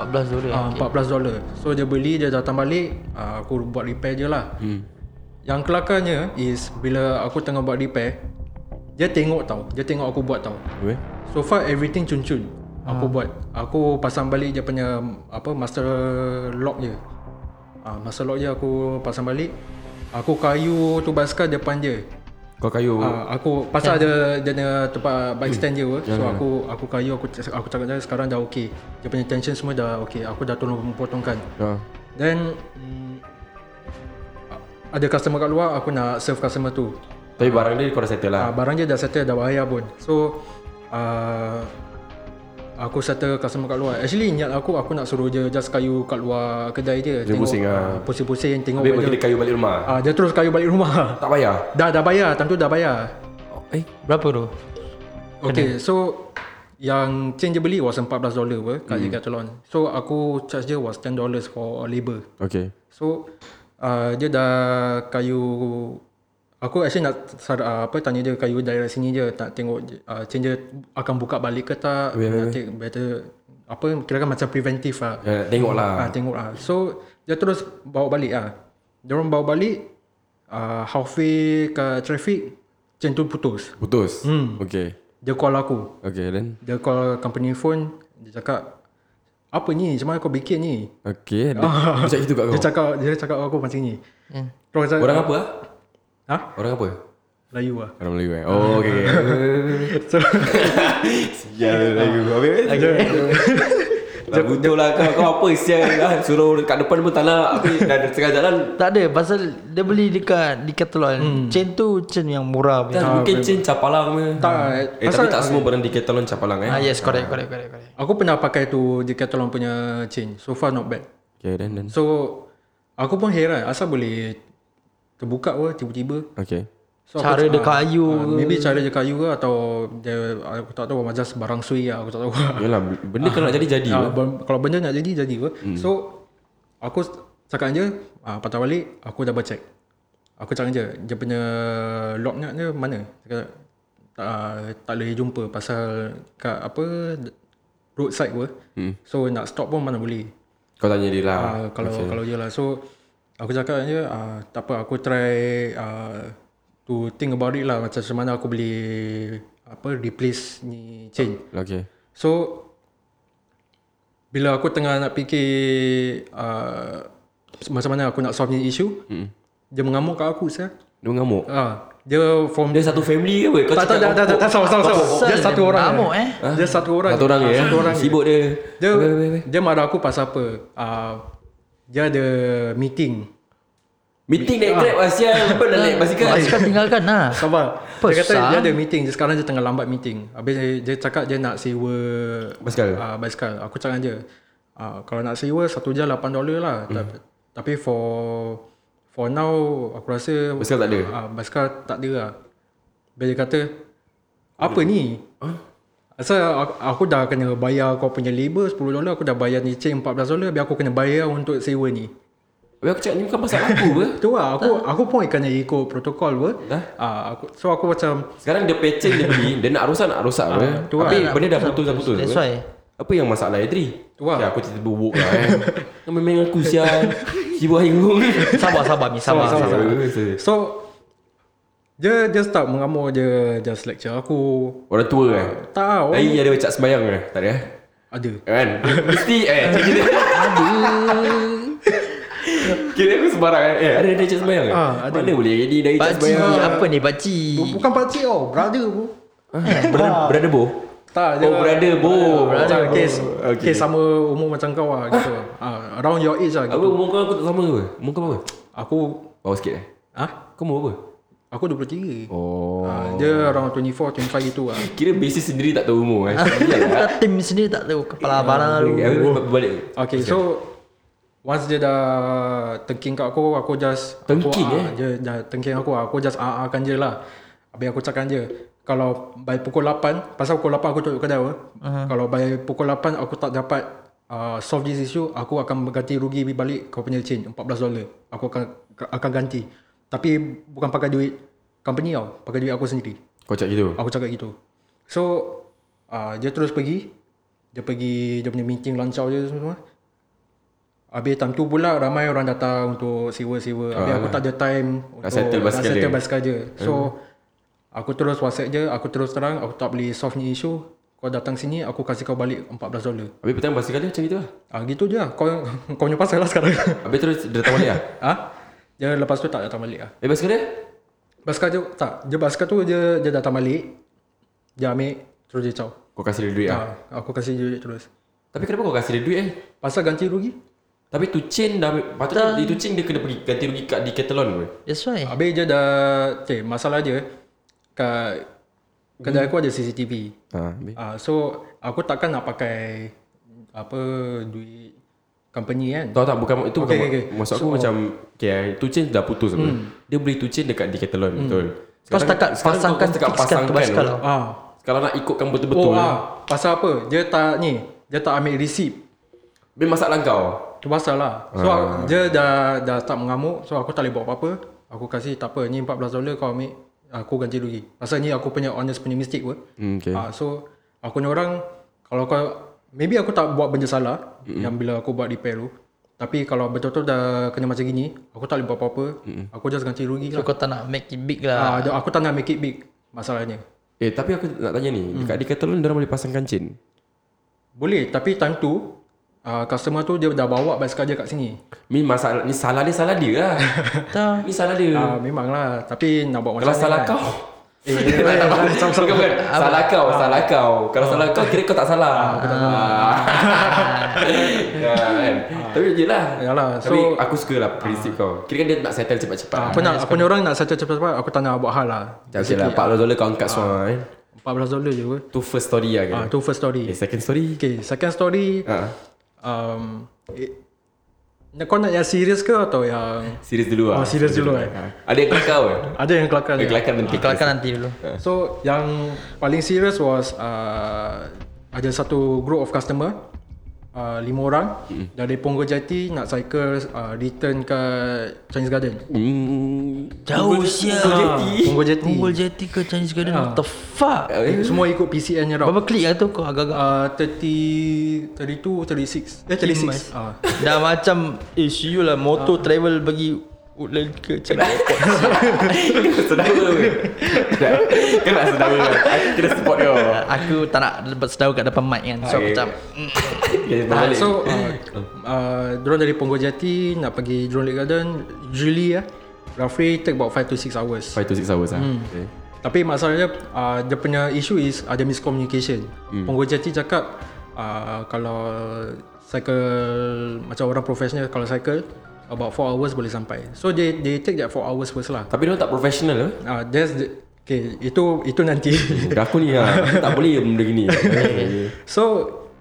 Speaker 2: 14 dolar
Speaker 3: Ah,
Speaker 2: okay.
Speaker 3: $14 So dia beli Dia datang balik ah, Aku buat repair je lah hmm. Yang kelakarnya Is Bila aku tengah buat repair Dia tengok tau Dia tengok aku buat tau
Speaker 1: Okay.
Speaker 3: So far everything cun-cun Aku buat Aku pasang balik dia punya Apa Master lock je ah, Master lock je aku pasang balik Aku kayu tu basikal depan dia
Speaker 1: Kau kayu
Speaker 3: Ah, aku pasal ada dia ada tempat bike stand dia apa. So aku aku kayu aku aku cakap dia sekarang dah okey. Dia punya tension semua dah okey. Aku dah tolong potongkan.
Speaker 1: Ah.
Speaker 3: Then mm, ada customer kat luar aku nak serve customer tu.
Speaker 1: Tapi barang dia kau dah settle lah
Speaker 3: Ah, barang dia dah settle dah bahaya pun. So uh, aku settle customer kat luar. Actually niat aku aku nak suruh dia just kayu kat luar kedai dia. Tengok
Speaker 1: pusing lah.
Speaker 3: ah, pusing-pusing tengok
Speaker 1: Habis bagi
Speaker 3: dia,
Speaker 1: dia kayu balik rumah
Speaker 3: ah, dia terus kayu balik rumah.
Speaker 1: Tak payah
Speaker 3: dah dah bayar, tentu dah bayar.
Speaker 1: Eh
Speaker 2: Berapa tu?
Speaker 3: Okay, so yang chain dia beli was $14 apa kat mm. Decathlon. So aku charge dia was $10 for labor.
Speaker 1: Okay
Speaker 3: So uh, dia dah kayu aku actually nak sar, uh, apa tanya dia kayu direct sini je tak tengok uh, chain dia akan buka balik ke tak. Yeah, yeah. better apa kira kan macam preventive lah.
Speaker 1: Ya, tengok lah
Speaker 3: Ah, tengok ah. So dia terus bawa balik ah. Dia orang bawa balik uh, halfway ke traffic chain tu putus.
Speaker 1: Putus Okay
Speaker 3: Dia call aku.
Speaker 1: Okay then
Speaker 3: Dia call company phone Dia cakap Apa ni Macam mana kau bikin ni
Speaker 1: Okay Dia dia cakap gitu kat
Speaker 3: Dia
Speaker 1: kau
Speaker 3: cakap Dia cakap aku macam ni
Speaker 2: Hmm.
Speaker 3: Terus cakap
Speaker 1: Orang apa ah?
Speaker 3: Ha?
Speaker 1: Orang apa?
Speaker 3: Melayu lah
Speaker 1: Orang Melayu eh Oh okay okay.
Speaker 3: So
Speaker 1: Ah. Ya Melayu Habis
Speaker 3: dia,
Speaker 1: Lah betul lah kau kau apa sial lah suruh kat depan pun tak nak. Aku dah tengah jalan.
Speaker 2: Tak ada pasal dia beli dekat Decathlon. Hmm. Chain tu chain yang
Speaker 1: Tak,
Speaker 2: murah punya.
Speaker 1: mungkin cin capalang punya.
Speaker 3: Tak,
Speaker 1: Eh tapi Ah, tak semua barang Decathlon capalang eh.
Speaker 2: Ah yes, correct, correct, correct, correct.
Speaker 3: Aku pernah pakai tu Decathlon punya chain. So far not bad.
Speaker 1: Okay then then.
Speaker 3: So aku pun heran asal boleh terbuka ke tiba-tiba.
Speaker 1: Okay.
Speaker 3: So,
Speaker 2: Cara dia kayu
Speaker 3: Uh, maybe cara dia kayu ke atau dia aku tak tahu macam sebarang sui lah aku tak tahu.
Speaker 1: Yalah benda kalau nak jadi jadi.
Speaker 3: Ah, ben- kalau benda nak jadi jadi apa. So aku s- cakap je ah, patah balik aku double check. Aku cakap je dia punya lognya dia mana? Cakap ah, tak boleh jumpa pasal kat apa d- roadside ke. Hmm. So nak stop pun mana boleh.
Speaker 1: Kau tanya dia lah.
Speaker 3: Ah, kalau okay. kalau dia lah. So aku cakap je ah, tak apa aku try ah, to think about it lah macam mana aku boleh apa replace ni chain.
Speaker 1: Okay.
Speaker 3: So bila aku tengah nak fikir uh, macam mana aku nak solve ni issue, mm. dia mengamuk kat aku saya.
Speaker 1: Dia mengamuk.
Speaker 3: Ah, dia from
Speaker 1: Dia satu family ke apa? Kau
Speaker 3: tak tak tak
Speaker 1: cakap
Speaker 3: tak tak, tak sama sama sama. Dia
Speaker 2: Pasal
Speaker 3: satu
Speaker 2: dia
Speaker 3: orang.
Speaker 2: mengamuk,
Speaker 3: je.
Speaker 2: eh?
Speaker 3: Dia Ah. satu orang.
Speaker 1: Ah, Satu
Speaker 3: je.
Speaker 1: orang je. eh.
Speaker 3: Satu orang. je.
Speaker 1: Sibuk dia.
Speaker 3: Dia dia marah aku pasal apa? Ah, dia ada meeting.
Speaker 1: Meeting naik grab Asia Apa nak naik Ah. basikal
Speaker 2: Basikal tinggalkan lah.
Speaker 3: Sabar.
Speaker 2: Apa,
Speaker 3: Dia kata
Speaker 2: susah?
Speaker 3: dia ada meeting. Dia sekarang dia tengah lambat meeting. Habis dia, dia cakap dia nak sewa
Speaker 1: Basikal?
Speaker 3: Uh, basikal. Aku cakap dengan dia. Uh, kalau nak sewa satu jam 8 dolar lah.
Speaker 1: Hmm.
Speaker 3: Tapi, tapi for for now aku rasa
Speaker 1: Basikal tak ada?
Speaker 3: Uh, basikal tak ada lah. Habis dia kata apa ni? Huh? Asal aku, aku dah kena bayar kau punya labor 10 dolar, aku dah bayar ni chain 14 dolar, biar aku kena bayar untuk sewa ni.
Speaker 1: Habis aku cakap ni bukan pasal aku ke
Speaker 3: Tu lah, aku, aku pun kena ikut protokol pun.
Speaker 1: Dah.
Speaker 3: Ah, aku, so aku macam,
Speaker 1: Sekarang dia pecen dia beli Dia nak rosak nak rosak apa
Speaker 3: tu lah.
Speaker 1: Tapi benda dah putus dah putus
Speaker 2: That's
Speaker 1: apa.
Speaker 2: why.
Speaker 1: Apa yang masalah Edri
Speaker 3: Tu lah.
Speaker 1: Ya aku tiba-tiba woke lah eh Kau memang aku sial Sibuk hinggung
Speaker 2: Sabar, sabar, Mi. Sabar,
Speaker 3: Sabar,
Speaker 2: sabar.
Speaker 3: sabar.
Speaker 1: Eh,
Speaker 3: So dia dia start mengamuk dia just lecture aku.
Speaker 1: Orang tua eh
Speaker 3: Tak tahu.
Speaker 1: Lagi ada macam sembayang eh Tak ada eh
Speaker 3: Ada.
Speaker 1: Kan Mesti eh Macam kita Kira aku sembarang eh Eh ada ada cak sembayang eh
Speaker 3: Ah, ada. Ah,
Speaker 1: Mana boleh jadi dari cak
Speaker 2: Pakcik,
Speaker 1: sembayang
Speaker 2: apa ni pakcik?
Speaker 3: Bukan pakcik tau, brother pun.
Speaker 1: Brother brother Bo
Speaker 3: Ah. Tak, dia
Speaker 1: Oh brother Bo
Speaker 3: Macam
Speaker 1: Macam
Speaker 3: kes,
Speaker 1: Okay.
Speaker 3: kes sama umur macam kau lah gitu. Ah, around your age lah
Speaker 1: Apa
Speaker 3: gitu.
Speaker 1: umur kau aku tak sama ke? Umur kau berapa?
Speaker 3: Aku
Speaker 1: Bawah sikit eh?
Speaker 3: ah,
Speaker 1: Kau umur berapa?
Speaker 3: aku 23.
Speaker 1: Oh.
Speaker 3: Ah, dia around 24, 25 gitu lah.
Speaker 1: Kira basis sendiri tak tahu umur eh. Iyalah.
Speaker 2: Kita tim sendiri tak tahu kepala barang lalu.
Speaker 1: Okay, aku balik.
Speaker 3: Okay, so once dia dah tengking kat aku, aku just
Speaker 1: Tengking,
Speaker 3: aku, ah,
Speaker 1: eh?
Speaker 3: Dia dah tengking aku, aku just aa-akan je lah. Habis aku cakap je, kalau by pukul 8, pasal pukul 8 aku tutup kedai apa. Uh-huh. Kalau by pukul 8 aku tak dapat uh, solve this issue, aku akan berganti rugi balik kau punya change, 14 dolar. Aku akan akan ganti. Tapi bukan pakai duit company tau, pakai duit aku sendiri.
Speaker 1: Kau cakap gitu.
Speaker 3: Aku cakap gitu. So uh, dia terus pergi. Dia pergi dia punya meeting lancar je semua. Habis time tu pula ramai orang datang untuk sewa-sewa. Habis aku tak ada time
Speaker 1: Ah.
Speaker 3: untuk
Speaker 1: settle basikal
Speaker 3: nak settle
Speaker 1: dia. Hmm.
Speaker 3: basikal je. So aku terus WhatsApp je, aku terus terang aku tak boleh solve ni issue. Kau datang sini aku kasih kau balik 14 dolar.
Speaker 1: Habis petang basikal dia macam gitu lah.
Speaker 3: Ah gitu je lah. Kau kau punya pasal lah sekarang.
Speaker 1: Habis terus dia datang balik lah.
Speaker 3: ah? Dia lepas tu tak datang balik ah.
Speaker 1: Habis basikal dia?
Speaker 3: Basikal dia tak. Dia basikal tu dia dia datang balik. Dia ambil terus dia caw.
Speaker 1: Kau kasih dia duit lah.
Speaker 3: Ya. Aku kasih duit terus.
Speaker 1: Tapi kenapa kau kasih dia duit eh?
Speaker 3: Pasal ganti rugi.
Speaker 1: Tapi tu chain dah patutnya di tu chain dia kena pergi ganti rugi kat Decathlon ke?
Speaker 2: That's why.
Speaker 3: Habis dia dah... Okay, masalah dia... Kat... Kedai aku ada CCTV.
Speaker 1: Ha, habis.
Speaker 3: Ah, so, aku takkan nak pakai... Apa... Duit... Company kan.
Speaker 1: Tak tak bukan itu bukan
Speaker 3: Okay,
Speaker 1: okay,
Speaker 3: okay, okay.
Speaker 1: maksud aku macam okay, eh, tu chain dah putus apa. Dia beli tu chain dekat Decathlon betul. Sekarang-
Speaker 2: setakat
Speaker 1: sekarang kau-
Speaker 2: pasangkan,
Speaker 1: kau setakat
Speaker 2: fixkan tu basikal
Speaker 1: apa.
Speaker 2: lah.
Speaker 3: Ah.
Speaker 1: Kalau nak ikutkan
Speaker 3: Oh,
Speaker 1: betul-betul. Oh,
Speaker 3: ah. Pasal apa? Dia tak ni. Dia tak ambil receipt.
Speaker 1: masalah kau.
Speaker 3: Tu pasal lah. So, aku- dia dah, dah start mengamuk. So, aku tak boleh buat apa-apa. Aku kasih tak apa. Ni 14 dolar kau ambil. Aku ganti rugi. Pasal ni aku punya honest punya mistake pun.
Speaker 1: Hmm, okay.
Speaker 3: Ah, so aku ni orang kalau kau maybe aku tak buat benda salah mm-hmm. yang bila aku buat repair tu. Tapi kalau betul-betul dah kena macam gini, aku tak boleh buat apa-apa. Mm-hmm. Aku just ganti rugi
Speaker 2: So
Speaker 3: lah.
Speaker 2: kau tak nak make it big lah.
Speaker 3: Ah, dia- aku tak nak make it big masalahnya.
Speaker 1: Eh tapi aku nak tanya ni
Speaker 3: Hmm.
Speaker 1: Dekat Decathlon diorang boleh pasangkan chain
Speaker 3: Boleh tapi time tu uh, customer tu dia dah bawa basikal dia kat sini.
Speaker 1: Ni masalah Ni salah dia salah dia lah
Speaker 2: Tak.
Speaker 1: Ni salah dia
Speaker 3: Ah memanglah tapi nak buat
Speaker 1: Kalau
Speaker 3: macam
Speaker 1: salah
Speaker 3: ni
Speaker 1: kau
Speaker 3: Eh, eh, eh,
Speaker 1: Bukan,
Speaker 3: Oh. Ah,
Speaker 1: bukan. Salah kau Salah kau Kalau salah kau Kira kau tak salah Ah. Ya kan Tapi yelah
Speaker 3: Ah. Yalah,
Speaker 1: Tapi
Speaker 3: so- Ah.
Speaker 1: aku suka lah prinsip kau Kira kan dia nak settle cepat-cepat
Speaker 3: Apa Ah, nak apa ni orang nak settle cepat-cepat aku tak nak buat hal lah.
Speaker 1: Macam okay lah $40 kau
Speaker 3: Ah.
Speaker 1: angkat semua kan
Speaker 3: 14 dolar je pun.
Speaker 1: Tu first story lah kan
Speaker 3: Ah tu first story.
Speaker 1: Okay second story
Speaker 3: Okay, second story
Speaker 1: Ah,
Speaker 3: um eh, nak- kau nak yang serius ke atau yang
Speaker 1: Serius dulu lah
Speaker 3: Oh, serius dulu eh.
Speaker 1: Ah. Ada yang kelakar ke
Speaker 3: ada yang kelakar
Speaker 1: Eh,
Speaker 3: je?
Speaker 1: Kelakar nanti
Speaker 2: Kelakar nanti dulu
Speaker 3: So yang paling serious was uh, ada satu group of customer uh, lima orang dari Punggol Jati nak cycle uh, return ke Chinese Garden.
Speaker 1: Hmm
Speaker 2: Jauh siap
Speaker 3: Punggol Jati.
Speaker 2: Punggol Jati ke Chinese Garden What the fuck
Speaker 3: Eh, semua ikut PCN je tau.
Speaker 2: Berapa klik lah tu kau agak-agak
Speaker 3: Uh, 30 32 36. Eh 36. Ah.
Speaker 2: Dah macam Eh siul lah Motor travel bagi Woodland ke Cina
Speaker 1: Sedara Kau nak sedara Aku kira support kau
Speaker 2: Aku tak nak Bersedawa kat depan mic kan
Speaker 1: Okay.
Speaker 2: So okay. macam
Speaker 1: Okay,
Speaker 3: Ah,
Speaker 1: balik.
Speaker 3: so uh, uh, drone dari Punggol Jati nak pergi Drone Lake Garden usually ya. Roughly take about 5 to 6 hours.
Speaker 1: 5 to 6 hours lah Okay.
Speaker 3: Tapi masalahnya uh, dia punya issue is ada miscommunication. Hmm. Penggojati cakap uh, kalau cycle macam orang profesional kalau cycle about 4 hours boleh sampai. So they they take that 4 hours first lah.
Speaker 1: Tapi dia orang tak professional lah
Speaker 3: Uh, that's the, okay, itu itu nanti.
Speaker 1: Budak aku ni lah Aku tak boleh benda gini
Speaker 3: so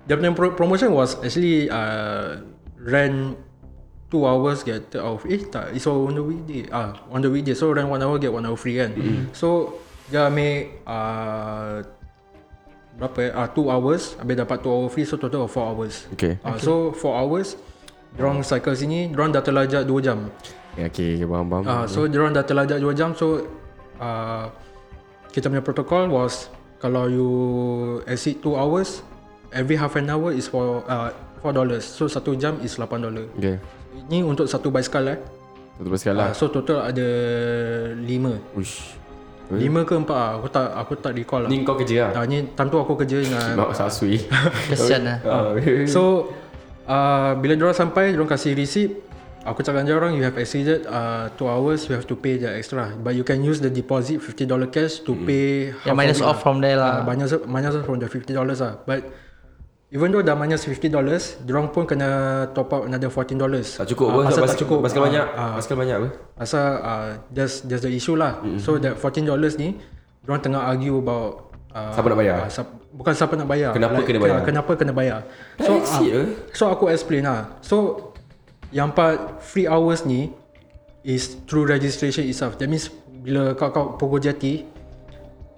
Speaker 3: dia punya pro- promotion was actually uh, rent 2 hours get off. Eh tak, it's on the weekday. Ah, on the weekday. So rent 1 hour get 1 hour free kan. Mm-hmm. So dia ambil uh, berapa eh? Ah, 2 hours. Habis dapat 2 hour free. So total of 4 hours.
Speaker 1: Okay.
Speaker 3: Ah, so 4 hours. Diorang cycle sini, diorang dah terlajak 2 jam.
Speaker 1: Ya, Okay faham faham
Speaker 3: Ah, so diorang dah terlajak 2 jam so uh, kita punya protokol was kalau you exceed 2 hours every half an hour is for uh, 4 dollars so 1 jam is 8 dollars
Speaker 1: Okay
Speaker 3: ini untuk satu basikal eh
Speaker 1: Satu pasal lah
Speaker 3: uh, so total ada 5 5
Speaker 1: Uish
Speaker 3: ke 4 ah aku tak aku tak recall lah
Speaker 1: Ni kau kerja lah
Speaker 3: Ah, ni time tu aku kerja dengan
Speaker 1: Bawa sasui
Speaker 2: Kesian lah
Speaker 1: Ah,
Speaker 3: so uh, bila diorang sampai diorang kasih receipt aku cakap dengan orang you have exceeded uh, 2 hours you have to pay the extra but you can use the deposit $50 cash to pay half
Speaker 2: Yang minus
Speaker 3: it
Speaker 2: off from there
Speaker 3: lah.
Speaker 2: lah
Speaker 3: Uh, minus minus from the $50 lah but even though dah minus $50 diorang pun kena top up another $14
Speaker 1: Tak cukup apa
Speaker 3: Ah, pasal tak
Speaker 1: Pasal-
Speaker 3: cukup
Speaker 1: Pasal
Speaker 3: Ah,
Speaker 1: banyak
Speaker 3: ah,
Speaker 1: Pasal banyak apa
Speaker 3: Pasal uh, there's, there's the issue lah mm-hmm. So that $14 ni Diorang tengah argue about uh,
Speaker 1: Siapa nak bayar?
Speaker 3: uh, siap, Bukan siapa nak bayar ah,
Speaker 1: Kenapa kena bayar?
Speaker 3: Kenapa kena bayar
Speaker 1: So Exit
Speaker 3: ah,
Speaker 1: lah
Speaker 3: So aku explain lah So Yang part Free hours ni Is through registration itself That means Bila kau kau pukul jati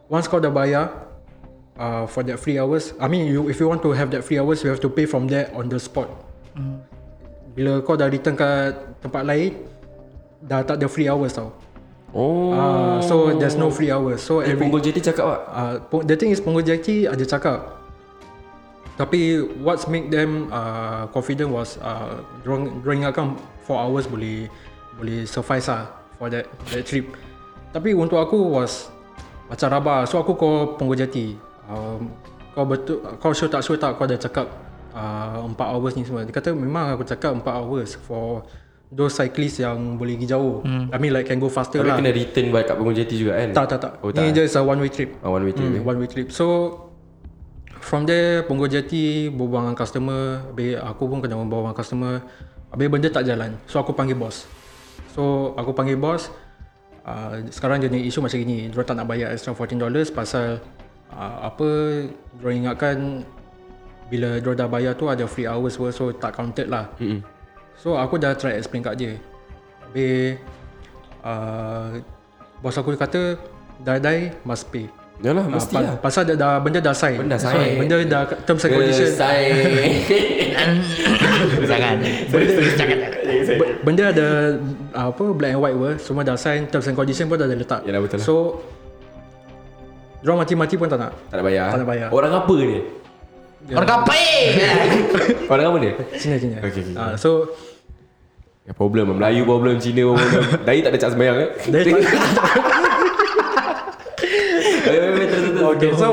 Speaker 3: Once kau dah bayar uh, For that free hours I mean you, if you want to have that free hours You have to pay from there on the spot Bila kau dah return kat tempat lain Dah tak ada free hours tau
Speaker 1: Oh
Speaker 3: uh, So there's no free hours So
Speaker 1: Eh,
Speaker 3: every
Speaker 1: Punggol Jati cakap lah
Speaker 3: Uh, peng- the thing is pengujiaki ada cakap tapi what's make them uh, confident was uh, dorang dorang ingatkan 4 hours boleh boleh suffice lah for that that trip tapi untuk aku was macam rabak so aku call pengujiaki um, kau betul kau sure tak sure tak kau dah cakap uh, 4 hours ni semua dia kata memang aku cakap 4 hours for those cyclists yang boleh pergi jauh I mean like can go faster
Speaker 1: Hmm. Tapi
Speaker 3: lah
Speaker 1: kena return balik kat Punggol Jati juga kan
Speaker 3: tak tak tak
Speaker 1: Oh,
Speaker 3: ni
Speaker 1: tak.
Speaker 3: just a one way trip
Speaker 1: Ah, One way trip
Speaker 3: Hmm, one way trip. So from there Punggol Jati berbual dengan customer, habis aku pun kena berbual dengan customer. Habis benda tak jalan. So aku panggil bos. So aku panggil bos Uh, sekarang dia ni isu macam gini Diorang tak nak bayar extra $14 Pasal uh, Apa Diorang ingatkan Bila diorang dah bayar tu Ada free hours pun So tak counted lah
Speaker 1: Mm-mm.
Speaker 3: So aku dah try explain kat dia Habis uh, Bos aku kata Die-die must pay
Speaker 1: Yalah
Speaker 3: Ah,
Speaker 1: mesti
Speaker 3: pa-
Speaker 1: lah
Speaker 3: Pasal dah, dah benda dah sign.
Speaker 1: Benda dah sign.
Speaker 3: So, Benda dah terms and condition.
Speaker 2: Jangan
Speaker 3: B- Benda ada ah, apa black and white pun semua dah sign terms and condition pun dah ada letak.
Speaker 1: Yalah, betul lah.
Speaker 3: So Diorang mati-mati pun tak nak.
Speaker 1: Tak nak bayar
Speaker 3: Tak nak bayar.
Speaker 1: Orang apa ni
Speaker 2: Orang kapek
Speaker 1: Orang apa ni
Speaker 3: Sini sini.
Speaker 1: Okay, okay.
Speaker 3: Ah, so
Speaker 1: Ya, problem lah. Melayu problem, Cina pun problem. Dayi tak ada cat sembahyang eh.
Speaker 3: Dayi tak-
Speaker 1: Eh, eh, eh, terus, terus.
Speaker 3: okay, so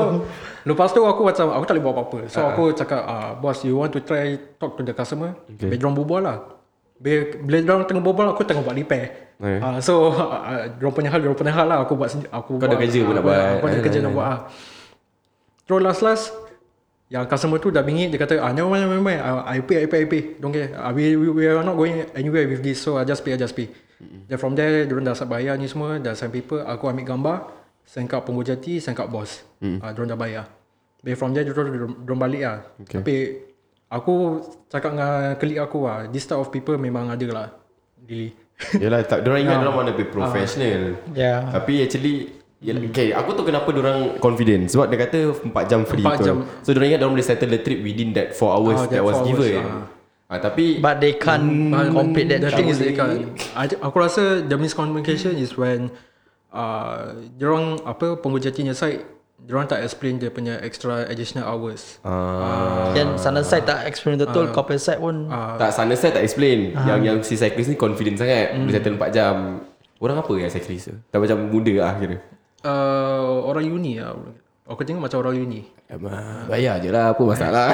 Speaker 3: lepas tu aku macam aku tak boleh buat apa-apa. So uh-huh. aku cakap ah boss you want to try talk to the customer?
Speaker 1: Okay.
Speaker 3: Okay. Bila diorang berbual lah. Bila, bila diorang tengah berbual aku tengah buat repair.
Speaker 1: Okay.
Speaker 3: Okay. Uh, so uh, diorang punya hal diorang punya hal lah aku buat sendi- aku
Speaker 1: Kau ada
Speaker 3: buat-
Speaker 1: kerja pun nak
Speaker 3: aku-
Speaker 1: buat.
Speaker 3: Aku ada
Speaker 1: Eh,
Speaker 3: kerja
Speaker 1: eh,
Speaker 3: nak
Speaker 1: eh.
Speaker 3: buat ah. Terus last last Yang customer tu dah bingit Dia kata ah, Never mind, never mind I, I pay, I pay, I pay Don't care ah, we, we, we are not going anywhere with this So I just pay, I just pay Then from there Diorang dah start bayar ni semua Dah sign paper Aku ambil gambar Send kat pembujati Send kat bos mm. ah, Diorang dah bayar Then from there Diorang, diorang diorang balik lah okay. Tapi Aku cakap dengan klik aku lah This type of people memang ada lah Really
Speaker 1: Yalah tak Diorang
Speaker 3: Ah.
Speaker 1: ingat diorang mana lebih professional
Speaker 2: Yeah.
Speaker 1: Tapi actually yalah, Okay aku tahu kenapa diorang confident Sebab dia kata 4 jam free
Speaker 3: Empat
Speaker 1: tu
Speaker 3: jam.
Speaker 1: So diorang ingat diorang boleh settle the trip Within that 4 hours
Speaker 3: Ah,
Speaker 1: That
Speaker 3: that
Speaker 1: was
Speaker 3: four
Speaker 1: given
Speaker 3: hours, ah.
Speaker 1: Ah, Tapi
Speaker 2: But they can't mm, complete that
Speaker 3: Hmm. The
Speaker 2: thing.
Speaker 3: thing is they can, I, Aku rasa The miscommunication is when uh, Diorang Apa Pembujatinya side Diorang tak explain Dia punya extra Additional hours
Speaker 1: ah,
Speaker 2: Yang sana side tak explain betul, kau punya side pun
Speaker 3: Ah.
Speaker 1: Tak sana saya tak explain Yang yang si cyclist ni confident sangat
Speaker 3: Hmm.
Speaker 1: Boleh settle 4 jam Orang apa yang cyclist tu Tak macam muda lah kira
Speaker 3: uh, Orang uni lah Aku tengok macam orang uni
Speaker 1: Abang, bayar je lah Apa masalah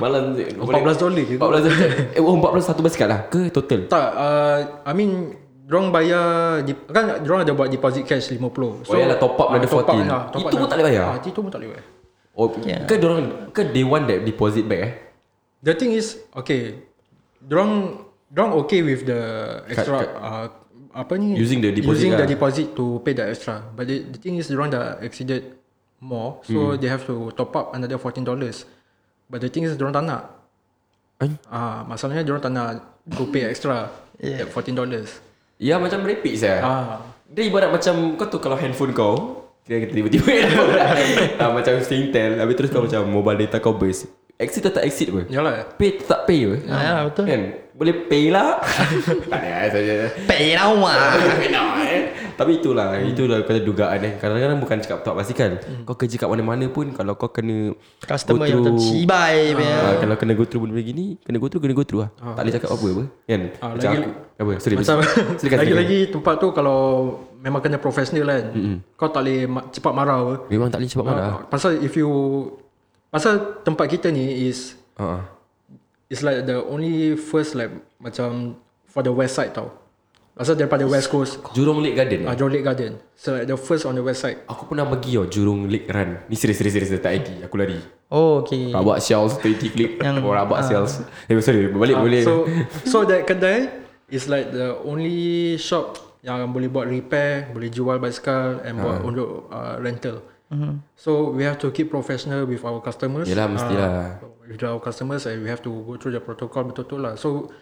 Speaker 1: Malam 14
Speaker 3: $14 je kot.
Speaker 1: 14 dolar Eh oh 14 satu basikal lah Ke total
Speaker 3: Tak uh, I mean Diorang bayar di- Kan diorang ada buat deposit cash 50
Speaker 1: Oh, yalah, top up
Speaker 3: ah,
Speaker 1: another
Speaker 3: top
Speaker 1: 14.
Speaker 3: lah, top
Speaker 1: Itu pun
Speaker 3: another-
Speaker 1: tak boleh bayar?
Speaker 3: ah, Itu pun tak boleh bayar
Speaker 1: Oh yeah.
Speaker 2: Yeah.
Speaker 1: Ke dorang Ke they want that deposit back eh
Speaker 3: The thing is, okay, dorang dorang okay with the extra
Speaker 1: cut.
Speaker 3: Uh, apa ni?
Speaker 1: Using the deposit
Speaker 3: Using
Speaker 1: lah.
Speaker 3: the deposit to pay the extra. But the, the thing is, dorang dah exceeded more,
Speaker 1: Hmm.
Speaker 3: so they have to top up another fourteen dollars. But the thing is, dorang tak nak.
Speaker 1: Ay.
Speaker 3: Ah, masalahnya dorang tak nak to pay extra yeah. at fourteen dollars.
Speaker 1: Ya macam repeat saya
Speaker 3: Ah.
Speaker 1: Dia ibarat macam Kau tu kalau handphone kau Kira kita tiba-tiba handphone lah. ah, Macam Singtel Habis terus kau macam Mobile data kau burst Exit atau tak exit pun
Speaker 3: Yalah.
Speaker 1: Pay tak pay ke?
Speaker 2: Ah, ya, betul.
Speaker 1: Kan? Boleh pay lah. tak ada saja.
Speaker 2: Pay now mah.
Speaker 1: Eh? Tapi itulah,
Speaker 3: Hmm.
Speaker 1: itulah kata dugaan eh. Kadang-kadang bukan cakap tak basikal. Kau kerja kat mana-mana pun kalau kau kena
Speaker 2: Customer yang macam cibai punya.
Speaker 1: Ah, kalau kena go through benda gini, kena go through, kena go through lah. tak boleh cakap apa-apa. Kan?
Speaker 3: Ah,
Speaker 1: Macam
Speaker 3: lagi-
Speaker 1: aku- apa? Sorry.
Speaker 3: Macam
Speaker 1: silakan, silakan.
Speaker 3: lagi-lagi tempat tu kalau memang kena professional kan, kau tak boleh ma- cepat marah apa.
Speaker 1: Memang tak boleh cepat marah.
Speaker 3: Ah, pasal if you pasal tempat kita ni is
Speaker 1: Ha. ah.
Speaker 3: It's like the only first like macam for the west side tau. Pasal daripada west coast,
Speaker 1: Jurong Lake Garden.
Speaker 3: uh,
Speaker 1: eh?
Speaker 3: John Lake Garden. So like the first on the west side.
Speaker 1: Aku pernah pergi tau Jurong Lake Run. Ni serius serius serius tak ID. Aku lari.
Speaker 2: Oh, okay.
Speaker 1: Rabak shells 30 click.
Speaker 2: Yang-
Speaker 1: Orang rabak shells. Eh sorry, balik
Speaker 3: Ah,
Speaker 1: boleh.
Speaker 3: So so that kedai is like the only shop yang boleh buat repair, boleh jual basikal and buat untuk uh, rental. So we have to keep professional with our customers.
Speaker 1: Yelah, mestilah.
Speaker 3: Uh, with our customers and we have to go through the protocol betul-betul lah. So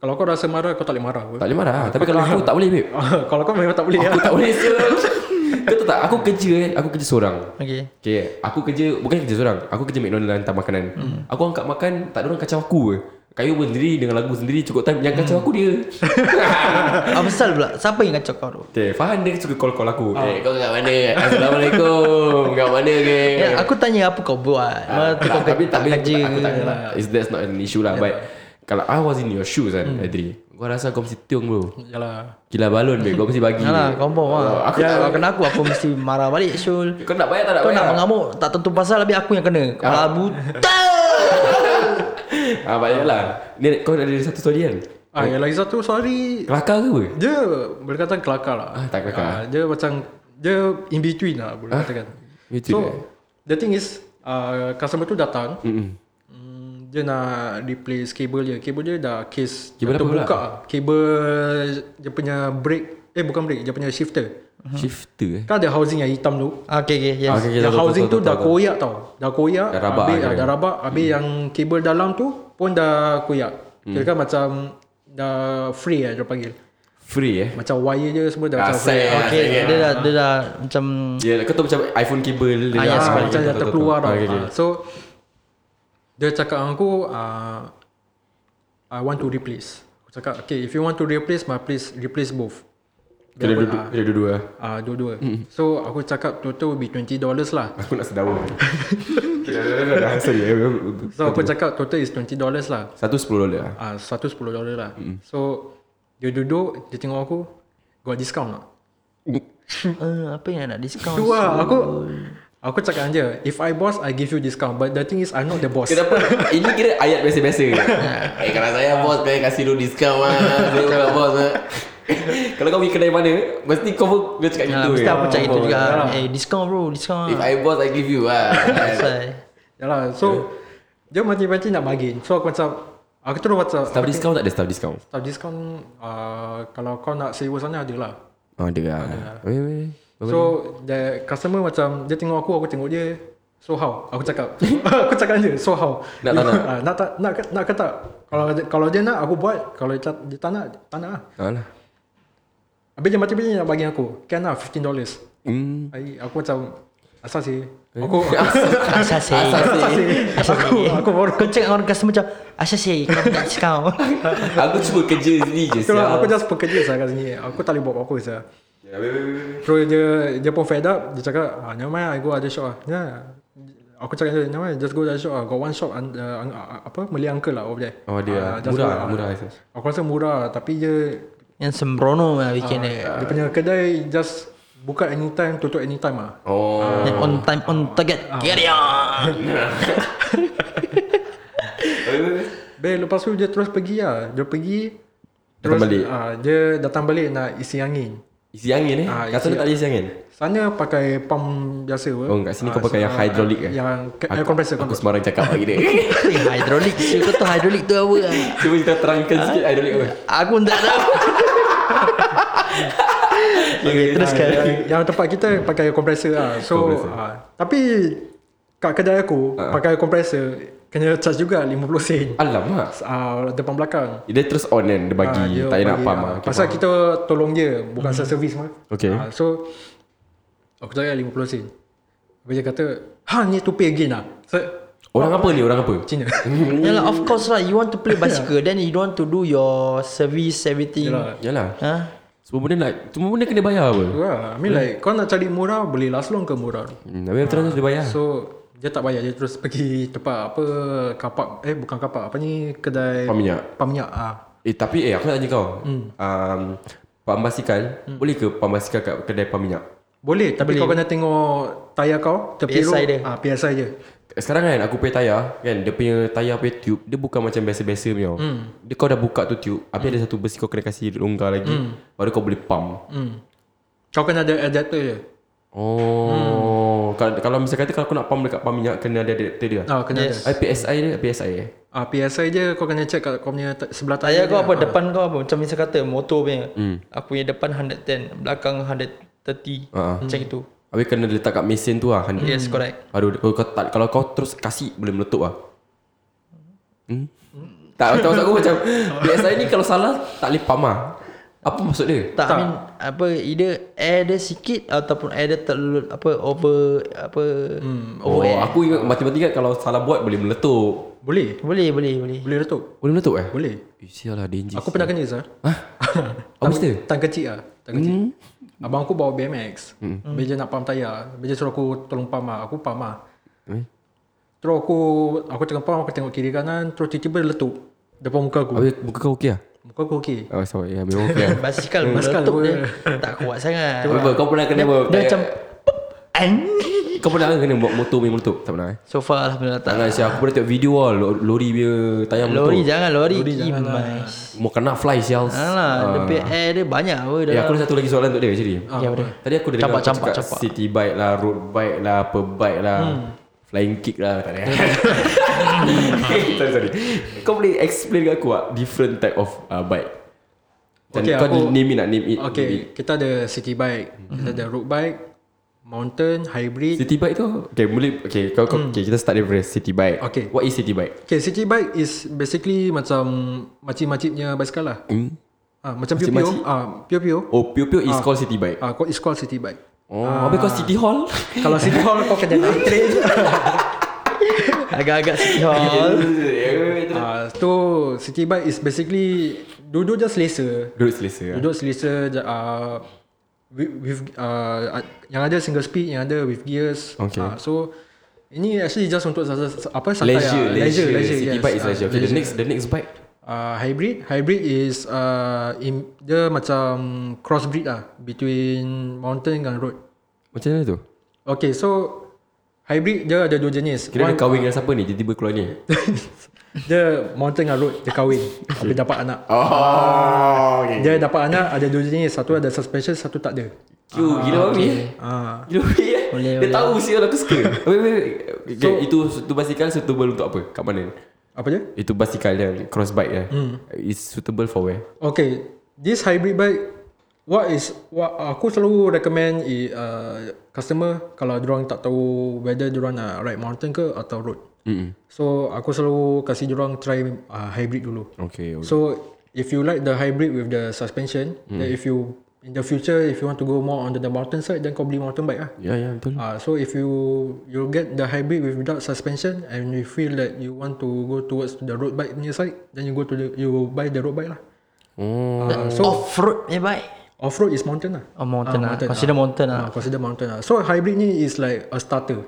Speaker 3: kalau kau rasa marah kau tak boleh marah. apa.
Speaker 1: Tak boleh marah Tapi kalau aku tak boleh babe
Speaker 3: kalau kau memang tak boleh
Speaker 1: Aku
Speaker 3: lah.
Speaker 1: tak boleh sial Kau tahu Ya. tak Aku kerja eh Aku kerja seorang
Speaker 2: Okay.
Speaker 1: Okay Aku kerja Bukan kerja seorang Aku kerja McDonald's hantar makanan Aku angkat makan Tak ada orang kacau aku ke Kayu pun sendiri Dengan lagu sendiri Cukup time Yang kacau aku dia
Speaker 2: Apa pasal pula? Siapa yang kacau kau tu?
Speaker 1: Okay Fahan dia suka call-call aku Eh kau kat mana Assalamualaikum Kat mana ke
Speaker 2: Ya, aku tanya apa kau buat. Mana tu
Speaker 1: tak,
Speaker 2: kau
Speaker 1: tapi
Speaker 2: kerja-
Speaker 1: tak boleh
Speaker 2: kerja
Speaker 1: aku tak
Speaker 2: ke?
Speaker 1: lah. It's, that's not an issue lah But Kalau I was in your shoes kan Adri Gua rasa kau mesti tiung bro
Speaker 3: Yalah.
Speaker 1: Gila balon babe Kau mesti bagi
Speaker 2: Yalah, confirm lah.
Speaker 1: Aku tak
Speaker 2: Kalau kena aku, aku mesti marah balik, Syul.
Speaker 1: Kau nak bayar tak nak
Speaker 2: Kau
Speaker 1: bayar
Speaker 2: nak mengamuk, tak tentu pasal, habis aku yang kena. Kepala buta.
Speaker 1: Ah banyak lah. Ni kau ada satu story kan?
Speaker 3: Ah, yang lagi satu sorry
Speaker 1: Kelakar ke apa?
Speaker 3: dia boleh katakan kelakar lah.
Speaker 1: Ah, tak kelakar. Ah,
Speaker 3: Ah, dia macam dia in between lah boleh katakan.
Speaker 1: between
Speaker 3: so
Speaker 1: eh?
Speaker 3: the thing is uh, customer tu datang
Speaker 1: Hmm.
Speaker 3: mm, dia nak replace kabel dia. Kabel dia dah case
Speaker 1: Kabel
Speaker 3: dah
Speaker 1: apa pula?
Speaker 3: terbuka. lah. Kabel dia punya brake eh bukan brake dia punya shifter.
Speaker 1: Shifter eh.
Speaker 3: Kan ada housing yang hitam tu.
Speaker 2: Ah, Okay, okay, yes.
Speaker 1: Okay, okay, tahu,
Speaker 3: Yang
Speaker 1: tahu,
Speaker 3: housing
Speaker 1: tahu,
Speaker 3: tu
Speaker 1: tahu,
Speaker 3: dah
Speaker 1: tahu.
Speaker 3: koyak tau. Dah koyak.
Speaker 1: Dah rabak
Speaker 3: habis,
Speaker 1: lah
Speaker 3: ah,
Speaker 1: kira.
Speaker 3: Dah rabak. Habis yang kabel dalam tu pun dah koyak. Kira kan macam dah free lah dia panggil.
Speaker 1: Free eh.
Speaker 3: Macam wire dia semua dah macam
Speaker 1: Kasar
Speaker 3: free.
Speaker 1: eh.
Speaker 2: Okay, dia dah, dia dah macam...
Speaker 1: Ya, kau tahu macam iPhone cable dia.
Speaker 2: Ah,
Speaker 1: dah-
Speaker 2: yes,
Speaker 3: Ah,
Speaker 2: sekali.
Speaker 1: tahu,
Speaker 3: macam dah
Speaker 1: tahu,
Speaker 3: terkeluar
Speaker 1: tahu.
Speaker 3: tau.
Speaker 1: Ah, okay,
Speaker 3: Ah,
Speaker 1: okay.
Speaker 3: So dia cakap dengan aku ah, I want to replace. Aku cakap okay if you want to replace my please replace both.
Speaker 1: Kena
Speaker 3: Biarpun,
Speaker 1: duduk, kena duduk lah.
Speaker 3: Ah, ah, dua-dua. So aku cakap total will be 20 dollars lah.
Speaker 1: Aku nak sedawa. Kira dah dah. Sorry. eh.
Speaker 3: So aku cakap total is 20 dollars lah.
Speaker 1: Satu sepuluh dolar.
Speaker 3: Ah, uh, 110 dolar lah. Mm. So dia duduk, dia tengok aku, got discount tak?
Speaker 2: eh, apa yang nak discount?
Speaker 3: Tu lah, aku aku cakap dengan dia, if I boss I give you discount, but the thing is I'm not the boss.
Speaker 1: Kenapa? Ini kira ayat biasa-biasa. eh kalau saya bos saya kasih lu diskaun ah. Saya bukan bos ah. kalau kau pergi kedai mana, mesti kau pun kau
Speaker 3: Ah,
Speaker 1: cakap
Speaker 2: Ya,
Speaker 1: gitu. eh.
Speaker 2: mesti
Speaker 3: ya.
Speaker 2: aku cakap itu
Speaker 1: Oh,
Speaker 2: juga.
Speaker 1: yalah.
Speaker 2: Eh, discount bro, discount.
Speaker 1: If I boss I give you ah.
Speaker 2: That's why.
Speaker 3: Yalah Ya lah, so yeah. Dia mati-mati nak bargain So aku macam Aku terus WhatsApp
Speaker 1: Staff
Speaker 3: aku
Speaker 1: discount tak ada staff discount
Speaker 3: Staff discount uh, Kalau kau nak sewa sana ada lah
Speaker 1: Oh ada lah Weh weh
Speaker 3: So the customer macam Dia tengok aku Aku tengok dia So how Aku cakap Aku cakap je So how
Speaker 1: Nak tak nak?
Speaker 3: Ah, nak tak Nak, ke- nak ke tak Kalau dia- kalau dia nak Aku buat Kalau dia, tak- dia tak nak Tak nak lah
Speaker 1: Alah
Speaker 3: Habis dia mati-mati nak bagi aku Can lah $15
Speaker 1: Hmm
Speaker 3: Ai, Aku macam Asal sih
Speaker 1: Eh.
Speaker 3: Aku
Speaker 2: Asal sih
Speaker 1: Ah,
Speaker 3: Asal sih Aku Aku baru
Speaker 2: Kau cakap dengan orang customer macam Asal sih Kau nak discount
Speaker 1: Aku cuma kerja sini je
Speaker 3: Itulah,
Speaker 1: sial.
Speaker 3: aku just pekerja saya kat sini. Aku tak boleh buat apa-apa saya.
Speaker 1: Ya, weh, weh, weh, weh.
Speaker 3: So dia dia pun fed up, dia cakap, ah, never mind, I go other shop lah. Yeah. Aku cakap dia, never mind, just go other shop lah. Got one shop, uh, uh, apa, Malay uncle lah over there.
Speaker 1: Oh, dia lah.
Speaker 3: just
Speaker 1: Murah,
Speaker 3: go lah.
Speaker 1: murah, I think.
Speaker 3: Aku rasa murah, tapi dia,
Speaker 2: Yang sembrono lah weekend dia
Speaker 3: dia punya kedai just buka anytime, tutup anytime lah.
Speaker 1: Oh
Speaker 2: Yang on time on target
Speaker 3: Ah.
Speaker 2: Carry on
Speaker 1: Weh, weh, weh.
Speaker 3: Baik, lepas tu dia terus pergi lah. Dia pergi,
Speaker 1: Datang balik.
Speaker 3: ah, dia datang balik nak isi angin.
Speaker 1: Isi angin eh
Speaker 3: Ah,
Speaker 1: Kat sana
Speaker 3: isi-
Speaker 1: tak ada isi angin
Speaker 3: Sana pakai pump biasa apa.
Speaker 1: Oh kat sini kau
Speaker 3: Ah,
Speaker 1: pakai yang
Speaker 3: ah,
Speaker 1: hydraulic eh
Speaker 3: Yang ke- air
Speaker 1: Aku-
Speaker 3: compressor.
Speaker 1: Aku
Speaker 3: compressor.
Speaker 1: sembarang cakap lagi dia
Speaker 2: Eh, Hydraulic Siu kau tahu hydraulic tu apa lah.
Speaker 1: Cuba kita terangkan sikit hydraulic apa
Speaker 2: Aku pun tak tahu Okay teruskan
Speaker 1: Ah,
Speaker 3: yang, yang tempat kita pakai compressor lah. So,
Speaker 1: Compressor.
Speaker 3: ah, tapi kat kedai aku
Speaker 1: Ah.
Speaker 3: pakai compressor kena charge juga 50 sen.
Speaker 1: Alamak
Speaker 3: Ah, depan belakang.
Speaker 1: Dia terus on kan Dia bagi
Speaker 3: Ah, dia
Speaker 1: Tak payah nak
Speaker 3: bagi,
Speaker 1: pump
Speaker 3: ah.
Speaker 1: lah Okay,
Speaker 3: Pasal
Speaker 1: faham. Hmm.
Speaker 3: kita tolong dia bukan mm service mah.
Speaker 1: Okay.
Speaker 3: Ah, so aku cakap 50 sen. Habis dia kata, "Ha, need to pay again ah." So,
Speaker 1: Orang apa ni orang apa
Speaker 3: Cina.
Speaker 2: Yalah of course lah You want to play bicycle Then you don't want to do your Service everything
Speaker 3: Yalah.
Speaker 1: Yalah
Speaker 2: Huh?
Speaker 1: Semua benda nak Semua benda kena bayar apa
Speaker 3: lah, Tu lah. I mean like Kau nak cari murah Boleh last long ke murah
Speaker 1: Hmm, Habis terus dia bayar
Speaker 3: So Dia tak bayar Dia terus pergi tempat apa Kapak Eh bukan kapak Apa ni Kedai
Speaker 1: Pam minyak
Speaker 3: Pam minyak ah.
Speaker 1: Eh tapi eh aku nak tanya kau
Speaker 3: Hmm.
Speaker 1: um, Pam basikal Boleh ke pam basikal kat kedai pam minyak
Speaker 3: Boleh Tapi boleh. kau kena tengok Tayar kau terpiruk.
Speaker 2: PSI dia.
Speaker 3: ah, PSI je
Speaker 1: Sekarang kan aku punya tayar kan Dia punya tayar punya tube Dia bukan macam biasa-biasa punya hmm. Dia kau dah buka tu tube Habis ada satu besi kau kena kasih longgar lagi Baru kau boleh pump
Speaker 3: hmm. Kau kena ada adapter je
Speaker 1: Oh kalau, kalau misalkan kata Kalau aku nak pump dekat pam minyak Kena ada adapter dia
Speaker 3: Hmm. ah, Kena
Speaker 2: Yes.
Speaker 3: ada
Speaker 1: ah, PSI dia PSI eh
Speaker 3: ah, PSI je Kau kena check kat Kau punya t- sebelah
Speaker 2: Tayar
Speaker 3: tayar
Speaker 2: kau apa
Speaker 3: dia.
Speaker 2: Depan kau apa Macam misal kata Motor punya Aku punya depan 110 Belakang 130
Speaker 1: Ah.
Speaker 2: Macam itu
Speaker 1: Habis kena letak kat mesin tu lah hmm.
Speaker 2: Yes correct
Speaker 1: Aduh kalau kau tak, Kalau kau terus kasih Boleh meletup lah hmm? Tak tahu maksud aku macam PSI ni kalau salah Tak boleh pump lah Apa maksud dia
Speaker 2: tak, I mean apa either air dia sikit ataupun air dia terlalu apa over apa hmm.
Speaker 1: Oh,
Speaker 2: over air.
Speaker 1: aku ingat mati-mati kan kalau salah buat boleh meletup.
Speaker 3: Boleh
Speaker 2: Boleh boleh boleh.
Speaker 3: Boleh letup
Speaker 1: Boleh meletup eh?
Speaker 3: Boleh
Speaker 1: Eh, sial lah danger.
Speaker 3: Aku pernah kena sah
Speaker 1: Hah? Apa cerita?
Speaker 3: Tang kecil lah Tang kecil
Speaker 1: Hmm.
Speaker 3: Abang aku bawa BMX Bila dia nak pam tayar Bila dia suruh aku tolong pam lah Aku pam lah
Speaker 1: Eh?
Speaker 3: Terus aku Aku tengok pam Aku tengok kiri kanan Terus tiba-tiba dia letup Depan muka aku
Speaker 1: Habis muka kau okey lah?
Speaker 3: Muka aku okey
Speaker 1: Oh, sorry. Ya, memang okey lah.
Speaker 2: Hmm. Basikal
Speaker 3: Basikal
Speaker 2: meletup dia
Speaker 3: boleh.
Speaker 2: tak kuat sangat.
Speaker 1: Habis apa? kau pernah kena apa?
Speaker 2: Dia macam Ang.
Speaker 1: Kau pernah kena buat motor punya meletup? Tak pernah eh?
Speaker 2: So far alhamdulillah
Speaker 1: Tak
Speaker 2: tak.
Speaker 1: pernah sial. Aku pernah tengok video lah. lo- Lori punya tayar meletup.
Speaker 2: Lori Ah. jangan lori. Lori jangan lah.
Speaker 1: Mau kena fly sial.
Speaker 2: Alah, dia punya air dia banyak apa
Speaker 1: Eh,
Speaker 2: dalam.
Speaker 1: aku ada satu lagi soalan untuk dia actually.
Speaker 2: Ya, boleh.
Speaker 1: Tadi aku dah dengar
Speaker 2: Campak,
Speaker 1: kau
Speaker 2: campak,
Speaker 1: cakap
Speaker 2: campak.
Speaker 1: city bike lah, road bike lah, apa bike lah. Flying kick lah tak ada. sorry, sorry. Kau boleh explain kat aku ah different type of uh, bike. Macam
Speaker 3: Okay,
Speaker 1: kau
Speaker 3: aku-
Speaker 1: name it nak name it.
Speaker 3: Okay
Speaker 1: name it.
Speaker 3: Kita ada city bike Kita ada road bike Mountain Hybrid
Speaker 1: Hmm. City bike tu Okay boleh Okay kau, kau okay, kita start daripada city bike
Speaker 3: Okay.
Speaker 1: What is city bike?
Speaker 3: Okay city bike is Basically macam Macam-macamnya basikal lah
Speaker 1: Hmm?
Speaker 3: ah, Macam pio-pio
Speaker 1: Macam-macam.
Speaker 3: ah, Pio-pio
Speaker 1: Oh pure pure is called city bike
Speaker 3: ah, kau- It's called city bike
Speaker 1: Oh habis kau city hall
Speaker 3: Kalau city hall kau kena naik train
Speaker 2: Agak-agak Oh. city hall.
Speaker 3: Ah, so city bike is basically duduk je selesa.
Speaker 1: Duduk selesa
Speaker 3: Duduk selesa je, ah with, with ah, ah, yang ada single speed, yang ada with gears.
Speaker 1: Okay.
Speaker 3: Ah, so ini actually just untuk sa- sa- apa santai
Speaker 1: Leisure,
Speaker 3: ah.
Speaker 1: leisure, City bike is
Speaker 3: Ah,
Speaker 1: leisure Okay the next the next bike
Speaker 3: Ah, hybrid, hybrid is ah, im- dia macam crossbreed lah between mountain dan road.
Speaker 1: Macam mana tu?
Speaker 3: Okay, so hybrid dia ada dua jenis.
Speaker 1: Kira dia
Speaker 3: One-
Speaker 1: kahwin dengan siapa ni Tiba-tiba keluar ni
Speaker 3: Dia mountain dengan road Dia kahwin Habis dapat anak
Speaker 1: Oh okay.
Speaker 3: Dia dapat anak Ada dua jenis Satu ada suspension Satu tak ada
Speaker 1: Q gila babi eh
Speaker 3: ah.
Speaker 1: Gila babi eh
Speaker 2: Boleh,
Speaker 1: Dia
Speaker 2: boleh.
Speaker 1: tahu sial aku suka Wait wait wait okay,
Speaker 3: So-
Speaker 1: Itu satu basikal suitable untuk apa? Kat mana?
Speaker 3: Apa dia?
Speaker 1: Itu basikal yang cross bike ya. It's suitable for where?
Speaker 3: Okay, this hybrid bike, what is what aku selalu recommend i, uh, customer kalau diorang tak tahu whether diorang nak ride mountain ke atau road. Mm-hmm. So aku selalu kasih diorang try uh, hybrid dulu.
Speaker 1: Okay, okay.
Speaker 3: So if you like the hybrid with the suspension, mm. then if you in the future if you want to go more on the, the mountain side, then kau beli mountain bike lah.
Speaker 1: Ya yeah, ya yeah, betul.
Speaker 3: Uh, so if you you get the hybrid with without suspension and you feel that you want to go towards the road bike punya side, then you go to the you buy the road bike lah.
Speaker 1: Oh.
Speaker 3: Uh, so off,
Speaker 2: Off-road ni baik.
Speaker 3: off road is mountain lah.
Speaker 2: Oh, mountain
Speaker 3: Ah,
Speaker 2: lah. Consider mountain lah.
Speaker 3: Ah, consider mountain lah. So hybrid ni is like a starter.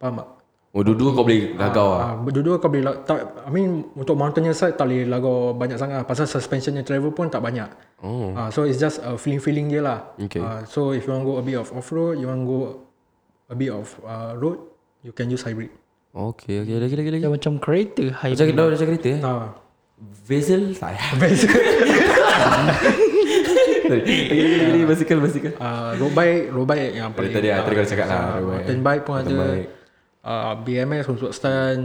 Speaker 3: Faham tak?
Speaker 1: Oh dua-dua kau boleh lagau ah.
Speaker 3: Ah, berdua kau boleh la- tak, I mean untuk mountainnya side tak boleh lagu banyak sangat lah. pasal suspensionnya travel pun tak banyak.
Speaker 1: Oh.
Speaker 3: Ah, so it's just a feeling feeling dia lah.
Speaker 1: Okay.
Speaker 3: Ah, so if you want go a bit of off road, you want go a bit of uh, road, you can use hybrid.
Speaker 1: Okay, okay. Lagi lagi lagi.
Speaker 2: Dia macam kereta
Speaker 1: Macam
Speaker 2: hybrid.
Speaker 1: dah macam kereta eh.
Speaker 3: Ah,
Speaker 1: Vezel tak ada. Sorry. Okay, okay, okay, basikal basikal.
Speaker 3: uh, road bike, road bike yang paling
Speaker 1: Tadi ah, tadi kau cakap lah.
Speaker 3: ah,
Speaker 1: road bike.
Speaker 3: mountain bike pun ada.
Speaker 1: Mountain bike.
Speaker 3: Ah, BMX untuk stunt.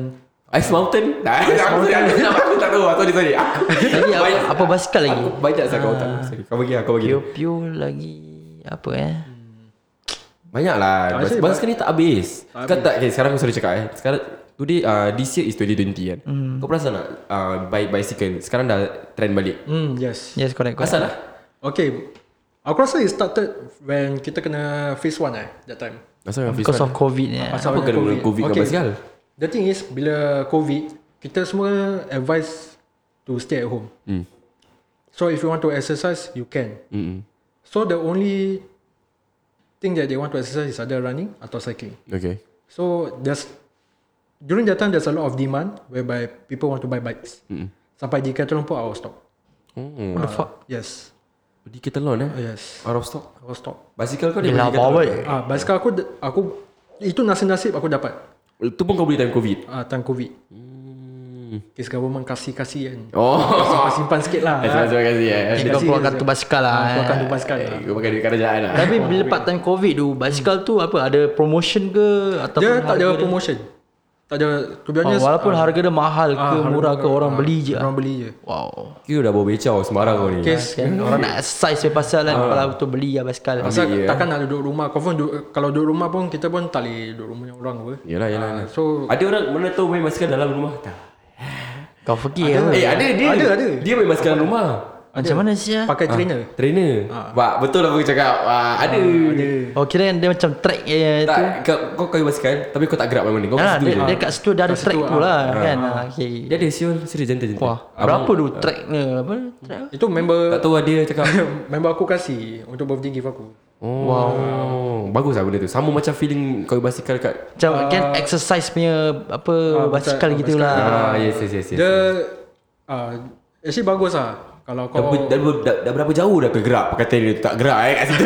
Speaker 1: Ice Mountain? Nah, Ice aku, Mountain. Aku, aku, aku tak tahu. ah. Sorry, sorry. Aku,
Speaker 2: Lagi apa, apa basikal lagi?
Speaker 1: aku banyak sangat otak. Sorry, kau bagi lah, kau bagi.
Speaker 2: Pio-pio lagi apa eh?
Speaker 3: Hmm.
Speaker 1: Banyak lah
Speaker 3: Tak,
Speaker 1: Bas-
Speaker 3: actually,
Speaker 1: Bas sekali tak habis Sekarang tak okay, Sekarang aku selalu cakap eh Sekarang Today uh, This year is 2020 kan Kau perasan tak uh, Bike bicycle Sekarang dah trend balik
Speaker 3: Hmm, yes.
Speaker 2: Yes, correct. correct.
Speaker 1: Asal lah
Speaker 3: Okay. Aku rasa it started when kita kena phase 1 eh, that time.
Speaker 1: Asal dengan
Speaker 2: Because
Speaker 1: Because
Speaker 2: of COVID ni.
Speaker 3: Pasal
Speaker 1: Apa kena guna COVID dengan basikal?
Speaker 3: The thing is, bila COVID, kita semua advise to stay at home.
Speaker 1: Hmm.
Speaker 3: So if you want to exercise, you can.
Speaker 1: Mm-mm.
Speaker 3: So the only thing that they want to exercise is either running atau cycling.
Speaker 1: Okay
Speaker 3: So there's during that time there's a lot of demand whereby people want to buy bikes.
Speaker 1: Mm-mm.
Speaker 3: Sampai Decathlon pun out of stock.
Speaker 1: Oh
Speaker 2: What the fuck?
Speaker 3: Yes.
Speaker 1: Decathlon eh
Speaker 3: Yes.
Speaker 1: Out of stock
Speaker 3: Out of stock.
Speaker 1: Basikal kau
Speaker 2: Bila
Speaker 1: daripada
Speaker 2: power.
Speaker 1: Decathlon.
Speaker 3: Ah, basikal aku aku itu nasib-nasib aku dapat
Speaker 1: Itu pun kau beli time COVID
Speaker 3: ah, time COVID.
Speaker 2: Hmm.
Speaker 3: Case government kasih-kasih kan.
Speaker 1: Oh
Speaker 3: Simpan, simpan sikit lah.
Speaker 1: Terima kasih eh
Speaker 2: Dia kau keluarkan tu basikal lah.
Speaker 3: Ah, keluarkan
Speaker 2: eh.
Speaker 3: tu basikal lah.
Speaker 1: Kau pakai duit kerajaan lah
Speaker 2: Tapi bila part time COVID tu, basikal tu apa? Ada promotion ke? Ataupun
Speaker 3: Dia tak ada
Speaker 2: harga dia-
Speaker 3: promotion. Tak ada to
Speaker 2: Oh,
Speaker 3: be honest.
Speaker 2: walaupun
Speaker 3: ah,
Speaker 2: harga dia mahal ke
Speaker 3: harga
Speaker 2: murah ke
Speaker 3: mahal,
Speaker 2: orang
Speaker 3: ah,
Speaker 2: beli je.
Speaker 3: Orang beli je.
Speaker 2: Wow.
Speaker 1: Kira dah bawa becau Semarang kau ni
Speaker 3: Case
Speaker 2: Kan orang nak size dia pasal
Speaker 3: Ah.
Speaker 2: kan kalau betul beli lah basikal.
Speaker 3: Pasal
Speaker 1: Ambil je, eh.
Speaker 3: takkan nak duduk rumah. Kau pun duduk, kalau duduk rumah pun kita pun tak boleh duduk rumah orang apa.
Speaker 1: Yelah yelah yelah.
Speaker 3: So
Speaker 1: Ada orang mana tahu main basikal dalam rumah tak?
Speaker 2: Kau fikir
Speaker 1: Eh
Speaker 2: ke?
Speaker 1: ada dia
Speaker 3: Ada, lah. ada.
Speaker 1: Dia main basikal dalam rumah
Speaker 2: Macam mana sih? ya?
Speaker 3: pakai trainer.
Speaker 1: Trainer Wah, Betul lah aku cakap Wah, Ada, ada.
Speaker 2: Oh kira dia macam track eh,
Speaker 1: Tak,
Speaker 2: tu.
Speaker 1: kau, kau kayu basikal Tapi kau tak gerak mana-mana Kau
Speaker 2: Yalah,
Speaker 1: kasi
Speaker 2: dia,
Speaker 1: dulu
Speaker 2: dia
Speaker 1: je
Speaker 2: kat situ dah ada track tu lah kan. Ah, Okay.
Speaker 1: Dia ada siul Serius jantan jantan
Speaker 2: Wah, berapa tu track ni? Apa? Track?
Speaker 3: Itu member
Speaker 1: Tak tahu lah dia cakap
Speaker 3: member aku kasih untuk birthday gift aku.
Speaker 1: oh, Wow Bagus lah benda tu Sama macam feeling Kau basikal kat
Speaker 2: Macam kan exercise punya apa basikal gitu lah.
Speaker 1: Ah, yes, yes, yes, yes.
Speaker 3: Dia ah, actually bagus lah. Kalau
Speaker 1: Dah,
Speaker 3: kau
Speaker 1: ber, dah, ber, dah, dah, berapa jauh dah kau gerak Pakai trainer tu tak gerak eh kat situ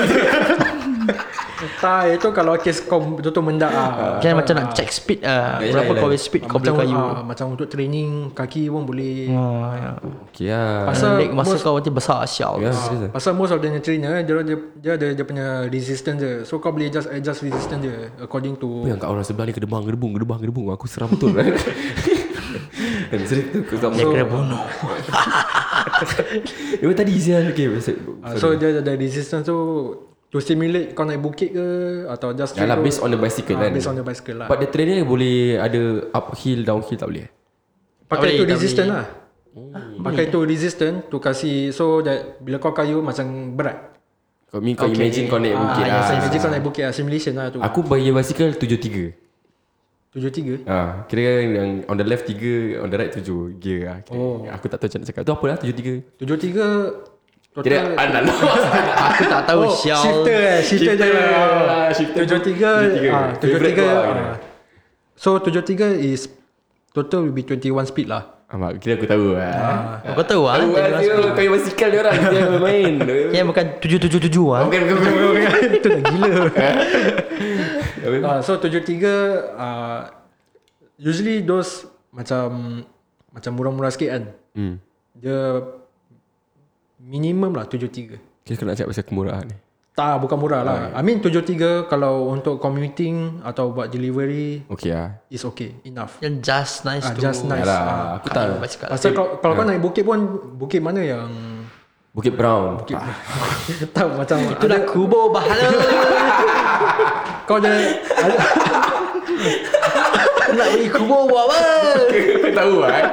Speaker 3: tak itu kalau kes kau betul-betul mendak ah.
Speaker 2: Kan macam nak check speed ah.
Speaker 1: Yelah,
Speaker 2: Berapa
Speaker 1: yelah.
Speaker 2: kau punya speed kau boleh
Speaker 3: macam,
Speaker 2: kayu.
Speaker 3: ah, macam untuk training kaki pun boleh.
Speaker 1: Hmm.
Speaker 2: Ah, ya.
Speaker 1: Okay lah
Speaker 3: Pasal
Speaker 2: Leg masa kau nanti besar sial.
Speaker 1: Ya, serius lah.
Speaker 3: Pasal most of the trainer dia, dia, dia ada dia punya resistance dia. So kau boleh just adjust resistance dia according
Speaker 1: Apa
Speaker 3: to
Speaker 1: Oh, yang kat orang sebelah ni gedebang, gedebung, gedebang, gedebung. Aku seram betul. Dan serius tu kau tak
Speaker 2: Dia
Speaker 1: mahu.
Speaker 2: kena bunuh.
Speaker 1: Memang Ya, tadi sial. Okay, sorry.
Speaker 3: ah, so dia ada resistance tu to stimulate kau naik bukit ke atau just
Speaker 1: Yalah,
Speaker 3: straight
Speaker 1: based on the bicycle
Speaker 3: road, ah,
Speaker 1: kan.
Speaker 3: based on the bicycle lah.
Speaker 1: But the trainer boleh ada uphill, downhill tak boleh? eh?
Speaker 2: Tak
Speaker 3: Pakai tu
Speaker 2: boleh, tak
Speaker 3: resistant lah.
Speaker 1: Oh.
Speaker 3: Pakai tu resistant tu kasih so that bila kau kayu macam berat.
Speaker 1: Kau, mean, kau imagine kau naik bukit
Speaker 3: ah, yes,
Speaker 1: lah.
Speaker 3: imagine kau naik bukit lah simulation lah tu.
Speaker 1: Aku bagi basikal 73.
Speaker 3: 73.
Speaker 1: Ha, kira kan yang on the left 3, on the right 7 gear lah. Kira. Oh. Aku tak tahu macam nak cakap. Tu apa lah 73?
Speaker 3: 73
Speaker 1: Kira ah,
Speaker 3: total
Speaker 1: anak lost.
Speaker 2: Aku tak tahu
Speaker 3: Oh,
Speaker 2: sial.
Speaker 3: shifter eh, shifter je.
Speaker 1: lah, shifter.
Speaker 3: 73 ah,
Speaker 1: 73. Favourite kau lah, kira.
Speaker 3: 73 ah. So 73 is total will be 21 speed lah.
Speaker 1: Amat, kira aku tahu lah.
Speaker 2: Kau tahu ah.
Speaker 1: Tahu lah, dia Ya. kau yang basikal dia orang. Dia main.
Speaker 2: Kan bukan 777 ah.
Speaker 1: Bukan, bukan, bukan. bukan.
Speaker 3: Itu dah gila.
Speaker 1: Habis?
Speaker 3: Ah, so 73 ah, usually those macam macam murah-murah sikit kan.
Speaker 1: Hmm.
Speaker 3: Dia minimum lah 73.
Speaker 1: Kira kau nak cakap pasal kemurahan ni.
Speaker 3: Tak, bukan murah lah. I mean 73 kalau untuk commuting atau buat delivery
Speaker 1: Okay lah
Speaker 3: is okay, enough.
Speaker 2: Yang just nice
Speaker 3: Ah,
Speaker 2: tu.
Speaker 3: just nice.
Speaker 1: Yalah
Speaker 3: Ah,
Speaker 1: Aku tak
Speaker 2: Basikal.
Speaker 3: Pasal kalau, kalau kau naik bukit pun bukit mana yang
Speaker 1: Bukit Brown Ah. Bukit
Speaker 3: tak macam
Speaker 2: Itulah kubur bahala.
Speaker 3: kau jangan ada,
Speaker 2: Nak beli kubur buat apa?
Speaker 1: Kau tahu lah eh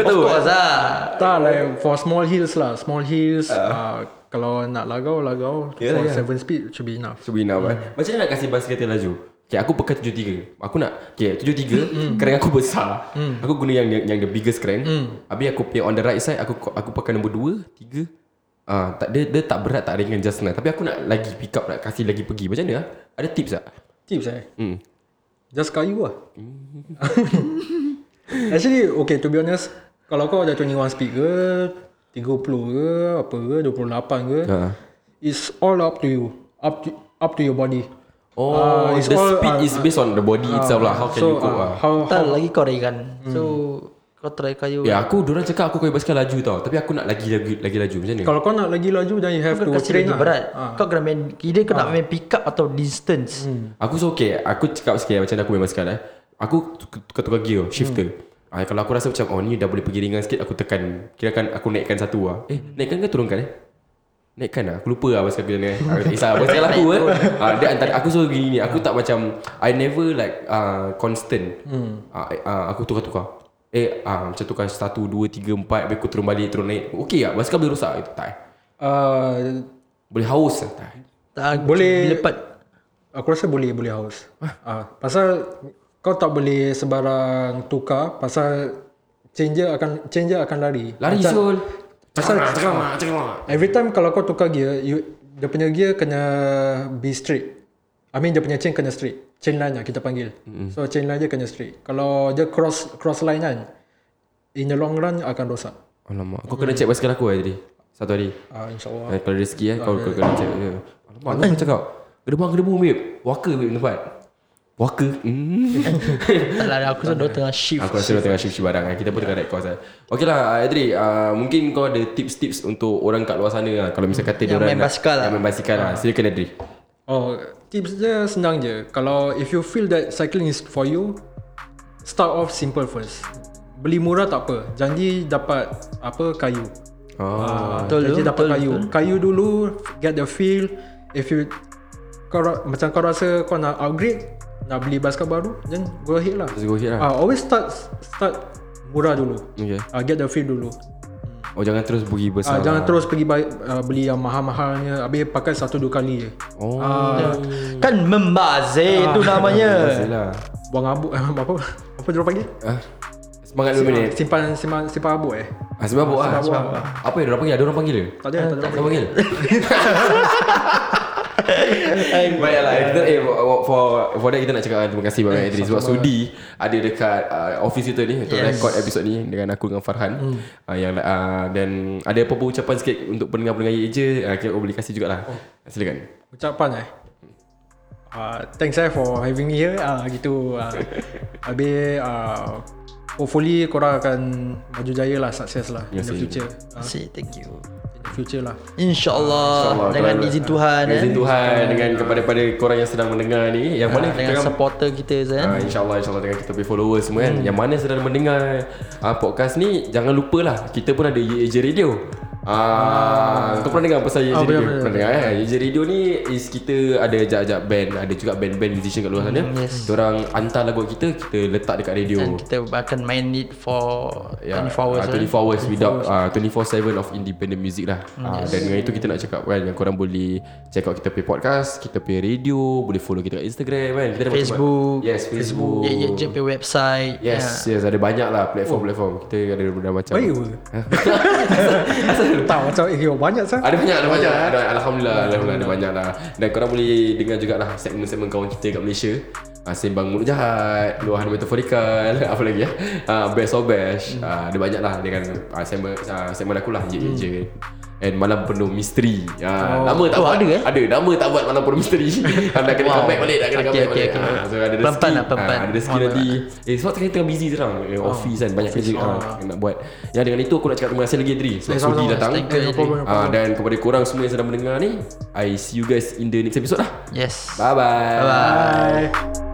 Speaker 1: Kau
Speaker 2: Of
Speaker 1: tahu eh?
Speaker 2: course lah.
Speaker 3: tak like for small hills lah, small hills uh. Uh, kalau nak lagau lagau
Speaker 1: Yeah,
Speaker 3: yeah, for
Speaker 1: yeah.
Speaker 3: yeah. seven speed should be enough.
Speaker 1: So we know eh Macam mana nak kasi basikal kereta laju Okay aku pekat 73 Aku nak Okay 73 Keren aku besar Aku guna yang yang the biggest keren Habis aku punya on the right side Aku aku pakai nombor 2 3 Ah, tak dia, dia tak berat tak ringan just nice. Tapi aku nak lagi pick up nak kasih lagi pergi. Macam mana? ah? Ada tips tak?
Speaker 3: Tips eh.
Speaker 1: Hmm.
Speaker 3: Just kayu lah Actually Okay to be honest Kalau kau ada 21 speed ke 30 ke Apa ke 28 ke
Speaker 1: Ha.
Speaker 3: It's all up to you Up to up to your body
Speaker 1: Oh,
Speaker 3: Ah, it's
Speaker 1: the
Speaker 3: all-
Speaker 1: speed
Speaker 3: ah,
Speaker 1: is based on the body itself lah. How can you go?
Speaker 3: ah,
Speaker 1: ah?
Speaker 3: how,
Speaker 2: Tak lagi kau ringan. So, kau try kayu.
Speaker 1: Ya aku orang cakap aku kau basikal laju tau Tapi aku nak lagi lagi, lagi laju macam mana?
Speaker 3: Kalau kau nak lagi laju Then you have
Speaker 2: Kau
Speaker 3: to
Speaker 2: kena kasi
Speaker 3: train
Speaker 2: lagi
Speaker 3: lah.
Speaker 2: berat.
Speaker 3: Ah.
Speaker 2: Kau kena main, either kau nak main pick up atau distance.
Speaker 1: Aku so okay Aku cakap sikit Macam mana aku main basikal eh Aku tuk- tukar-tukar gear Shifter ah, Kalau aku rasa macam Oh ni dah boleh pergi ringan sikit Aku tekan Kirakan aku naikkan satu lah Eh naikkan ke turunkan eh Naikkan lah Aku lupa lah basikal aku jalan eh Ah, Tak kisah Basikal aku eh ah, dia antara, Aku so gini ni Aku tak macam I never like uh, Constant ah, eh, ah, Aku tukar-tukar Eh ah, macam tukar Satu, dua, tiga, empat Habis aku turun balik Turun naik Okay lah Basikal boleh rosak Itu tak eh
Speaker 3: Ah,
Speaker 1: Boleh haus lah tak eh
Speaker 2: Tak,
Speaker 3: Boleh-
Speaker 2: Lepat.
Speaker 3: Aku rasa boleh Boleh haus Ah, Pasal Kau tak boleh Sebarang tukar Pasal Changer akan Changer akan lari
Speaker 1: Lari Zul Cakap
Speaker 3: Pasal-
Speaker 1: lah, cakap lah, cakap lah.
Speaker 3: Every time kalau kau tukar gear, you, dia punya gear kena be straight. I mean dia punya chain kena straight. Chain line lah kita panggil. Mm-hmm. So chain line dia kena straight. Kalau dia cross cross line kan, in the long run akan rosak.
Speaker 1: Alamak, kau kena check basikal aku eh tadi. Satu hari.
Speaker 3: Ah insyaallah.
Speaker 1: Eh, kalau rezeki eh, kau, kau kena check. Ya. Alamak, aku kena cakap. Gedebang gedebung babe. Waka babe tempat. Waka. Hmm.
Speaker 2: Tak lah, aku tu dah tengah shift.
Speaker 1: aku rasa dia tengah shift barang eh. Kita pun tengah record eh. Okey lah, Adri. Uh, mungkin kau ada tips-tips untuk orang kat luar sana lah. Kalau misal kata
Speaker 2: Yang
Speaker 1: diorang
Speaker 2: main
Speaker 1: nak-
Speaker 2: basikal lah.
Speaker 1: Yang main basikal lah. Silakan Adri.
Speaker 3: Oh, tips dia senang je. Kalau if you feel that cycling is for you, start off simple first. Beli murah tak apa. Janji dapat apa kayu.
Speaker 1: Oh.
Speaker 2: Betul
Speaker 3: Betul Ah, Jadi
Speaker 2: tu,
Speaker 3: dapat
Speaker 2: betul,
Speaker 3: kayu
Speaker 2: betul.
Speaker 3: Kayu dulu Get the feel If you kau, ra- Macam kau rasa Kau nak upgrade Nak beli basikal baru Then go ahead lah
Speaker 1: Let's go hit lah.
Speaker 3: uh, Always start Start Murah dulu
Speaker 1: Okay.
Speaker 3: uh, Get the feel dulu
Speaker 1: Oh, jangan terus pergi
Speaker 3: uh,
Speaker 1: besar. lah.
Speaker 3: Jangan terus pergi buy, uh, Beli yang mahal-mahalnya Habis pakai satu dua kali je
Speaker 1: Oh.
Speaker 3: uh,
Speaker 2: Kan Ah. membazir tu namanya.
Speaker 1: Masih lah.
Speaker 3: Buang abu Apa Apa dia orang panggil
Speaker 1: Ah. Semangat 2 minit.
Speaker 3: Simpan Simpan simpan abu eh
Speaker 1: Ah, sebab buat lah.
Speaker 3: Sebab buat.
Speaker 1: Apa yang diorang panggil? Ada orang panggil dia?
Speaker 3: Tak ada Tak ada
Speaker 1: Tak panggil Baiklah kita, eh, for- For for that kita nak cakap eh, Terima kasih
Speaker 2: Eh,
Speaker 1: banyak Idris Sebab sudi Ada dekat uh, Office kita ni Untuk record episod ni Dengan aku dengan Farhan
Speaker 2: Hmm.
Speaker 1: uh, Yang uh, Dan Ada apa-apa ucapan sikit Untuk pendengar-pendengar Ye je uh, Kita boleh kasih jugalah
Speaker 2: Oh.
Speaker 1: Silakan
Speaker 3: ucapan eh. Uh, thanks eh for having me here. Ah uh, gitu. Uh, habis uh, hopefully korang akan maju jaya lah, sukses lah in
Speaker 1: Yes,
Speaker 3: the
Speaker 1: yes.
Speaker 3: future. Uh,
Speaker 2: Ah. Say thank you.
Speaker 3: in the future lah.
Speaker 1: InsyaAllah,
Speaker 2: InsyaAllah. Dengan
Speaker 1: kalau-
Speaker 2: Ah, izin Tuhan.
Speaker 1: Dengan izin
Speaker 2: eh. Ah,
Speaker 1: Tuhan Dengan kepada pada korang yang sedang mendengar ni Yang mana
Speaker 2: Dengan
Speaker 1: jangan-
Speaker 2: supporter kita Zain.
Speaker 1: Uh, InsyaAllah InsyaAllah dengan kita punya followers semua kan Yang mana sedang mendengar uh, podcast ni Jangan lupa lah Kita pun ada Ye Je Radio Ah, kau pernah dengar pasal Ye Je
Speaker 3: Ah,
Speaker 1: Radio?
Speaker 3: betul, betul,
Speaker 1: pernah dengar eh? Ye Je Radio ni is kita ada ajak-ajak band, ada juga band-band musician kat luar sana.
Speaker 2: yes.
Speaker 1: Diorang hantar lagu kita, kita letak dekat radio.
Speaker 2: Dan kita akan main it for
Speaker 1: Ya,
Speaker 2: 24 hours.
Speaker 1: ah,
Speaker 2: kan?
Speaker 1: 24 hours without ah, 24/7 of independent music lah. Ah, Dan dengan itu kita nak cakap kan yang korang boleh check out kita punya podcast, kita punya radio, boleh follow kita kat Instagram kan. Kita ada macam-
Speaker 2: Facebook.
Speaker 1: Yes, Facebook.
Speaker 2: Ya, ya, je punya website.
Speaker 1: Yes, yeah. yes ada banyak lah platform-platform. Kita ada benda macam.
Speaker 3: Baik apa? tak macam eh, yo, banyak sah.
Speaker 1: Ada banyak, ada banyak. Ada, Alhamdulillah, Alhamdulillah ada banyak lah. Dan korang boleh dengar juga lah segmen-segmen kawan kita kat Malaysia. Ha, sembang mulut jahat, luahan metaforikal, apa lagi ya?
Speaker 2: Hmm.
Speaker 1: Ah, kan, Ha, best of best. Ha, ada banyak lah dengan ha, segmen, ha, segmen aku lah. Je, je, je. And malam penuh misteri ha, oh. Nama tak
Speaker 2: Oh,
Speaker 1: buat
Speaker 2: ada eh?
Speaker 1: Ada Nama tak buat malam penuh misteri ha, Nak kena
Speaker 2: Wow.
Speaker 1: comeback balik Nak kena
Speaker 2: Okay,
Speaker 1: comeback
Speaker 2: okay,
Speaker 1: balik
Speaker 2: okay.
Speaker 1: Ah, So ada rezeki
Speaker 2: Pelan-pelan lah, pelan-pelan.
Speaker 1: Ah, Ada rezeki
Speaker 2: Oh,
Speaker 1: nanti Eh sebab sekarang tengah busy sekarang eh, Office kan Banyak kerja ah, Nak buat Ya dengan itu aku nak cakap terima kasih lagi Adri Sebab Sudi
Speaker 3: Eh, sama-sama.
Speaker 1: datang
Speaker 2: oh. Thank you,
Speaker 3: No problem, no problem.
Speaker 1: Ah, Dan kepada korang semua yang sedang mendengar ni I see you guys in the next episode lah
Speaker 2: Yes.
Speaker 1: Bye-bye
Speaker 2: Bye-bye.
Speaker 3: Bye.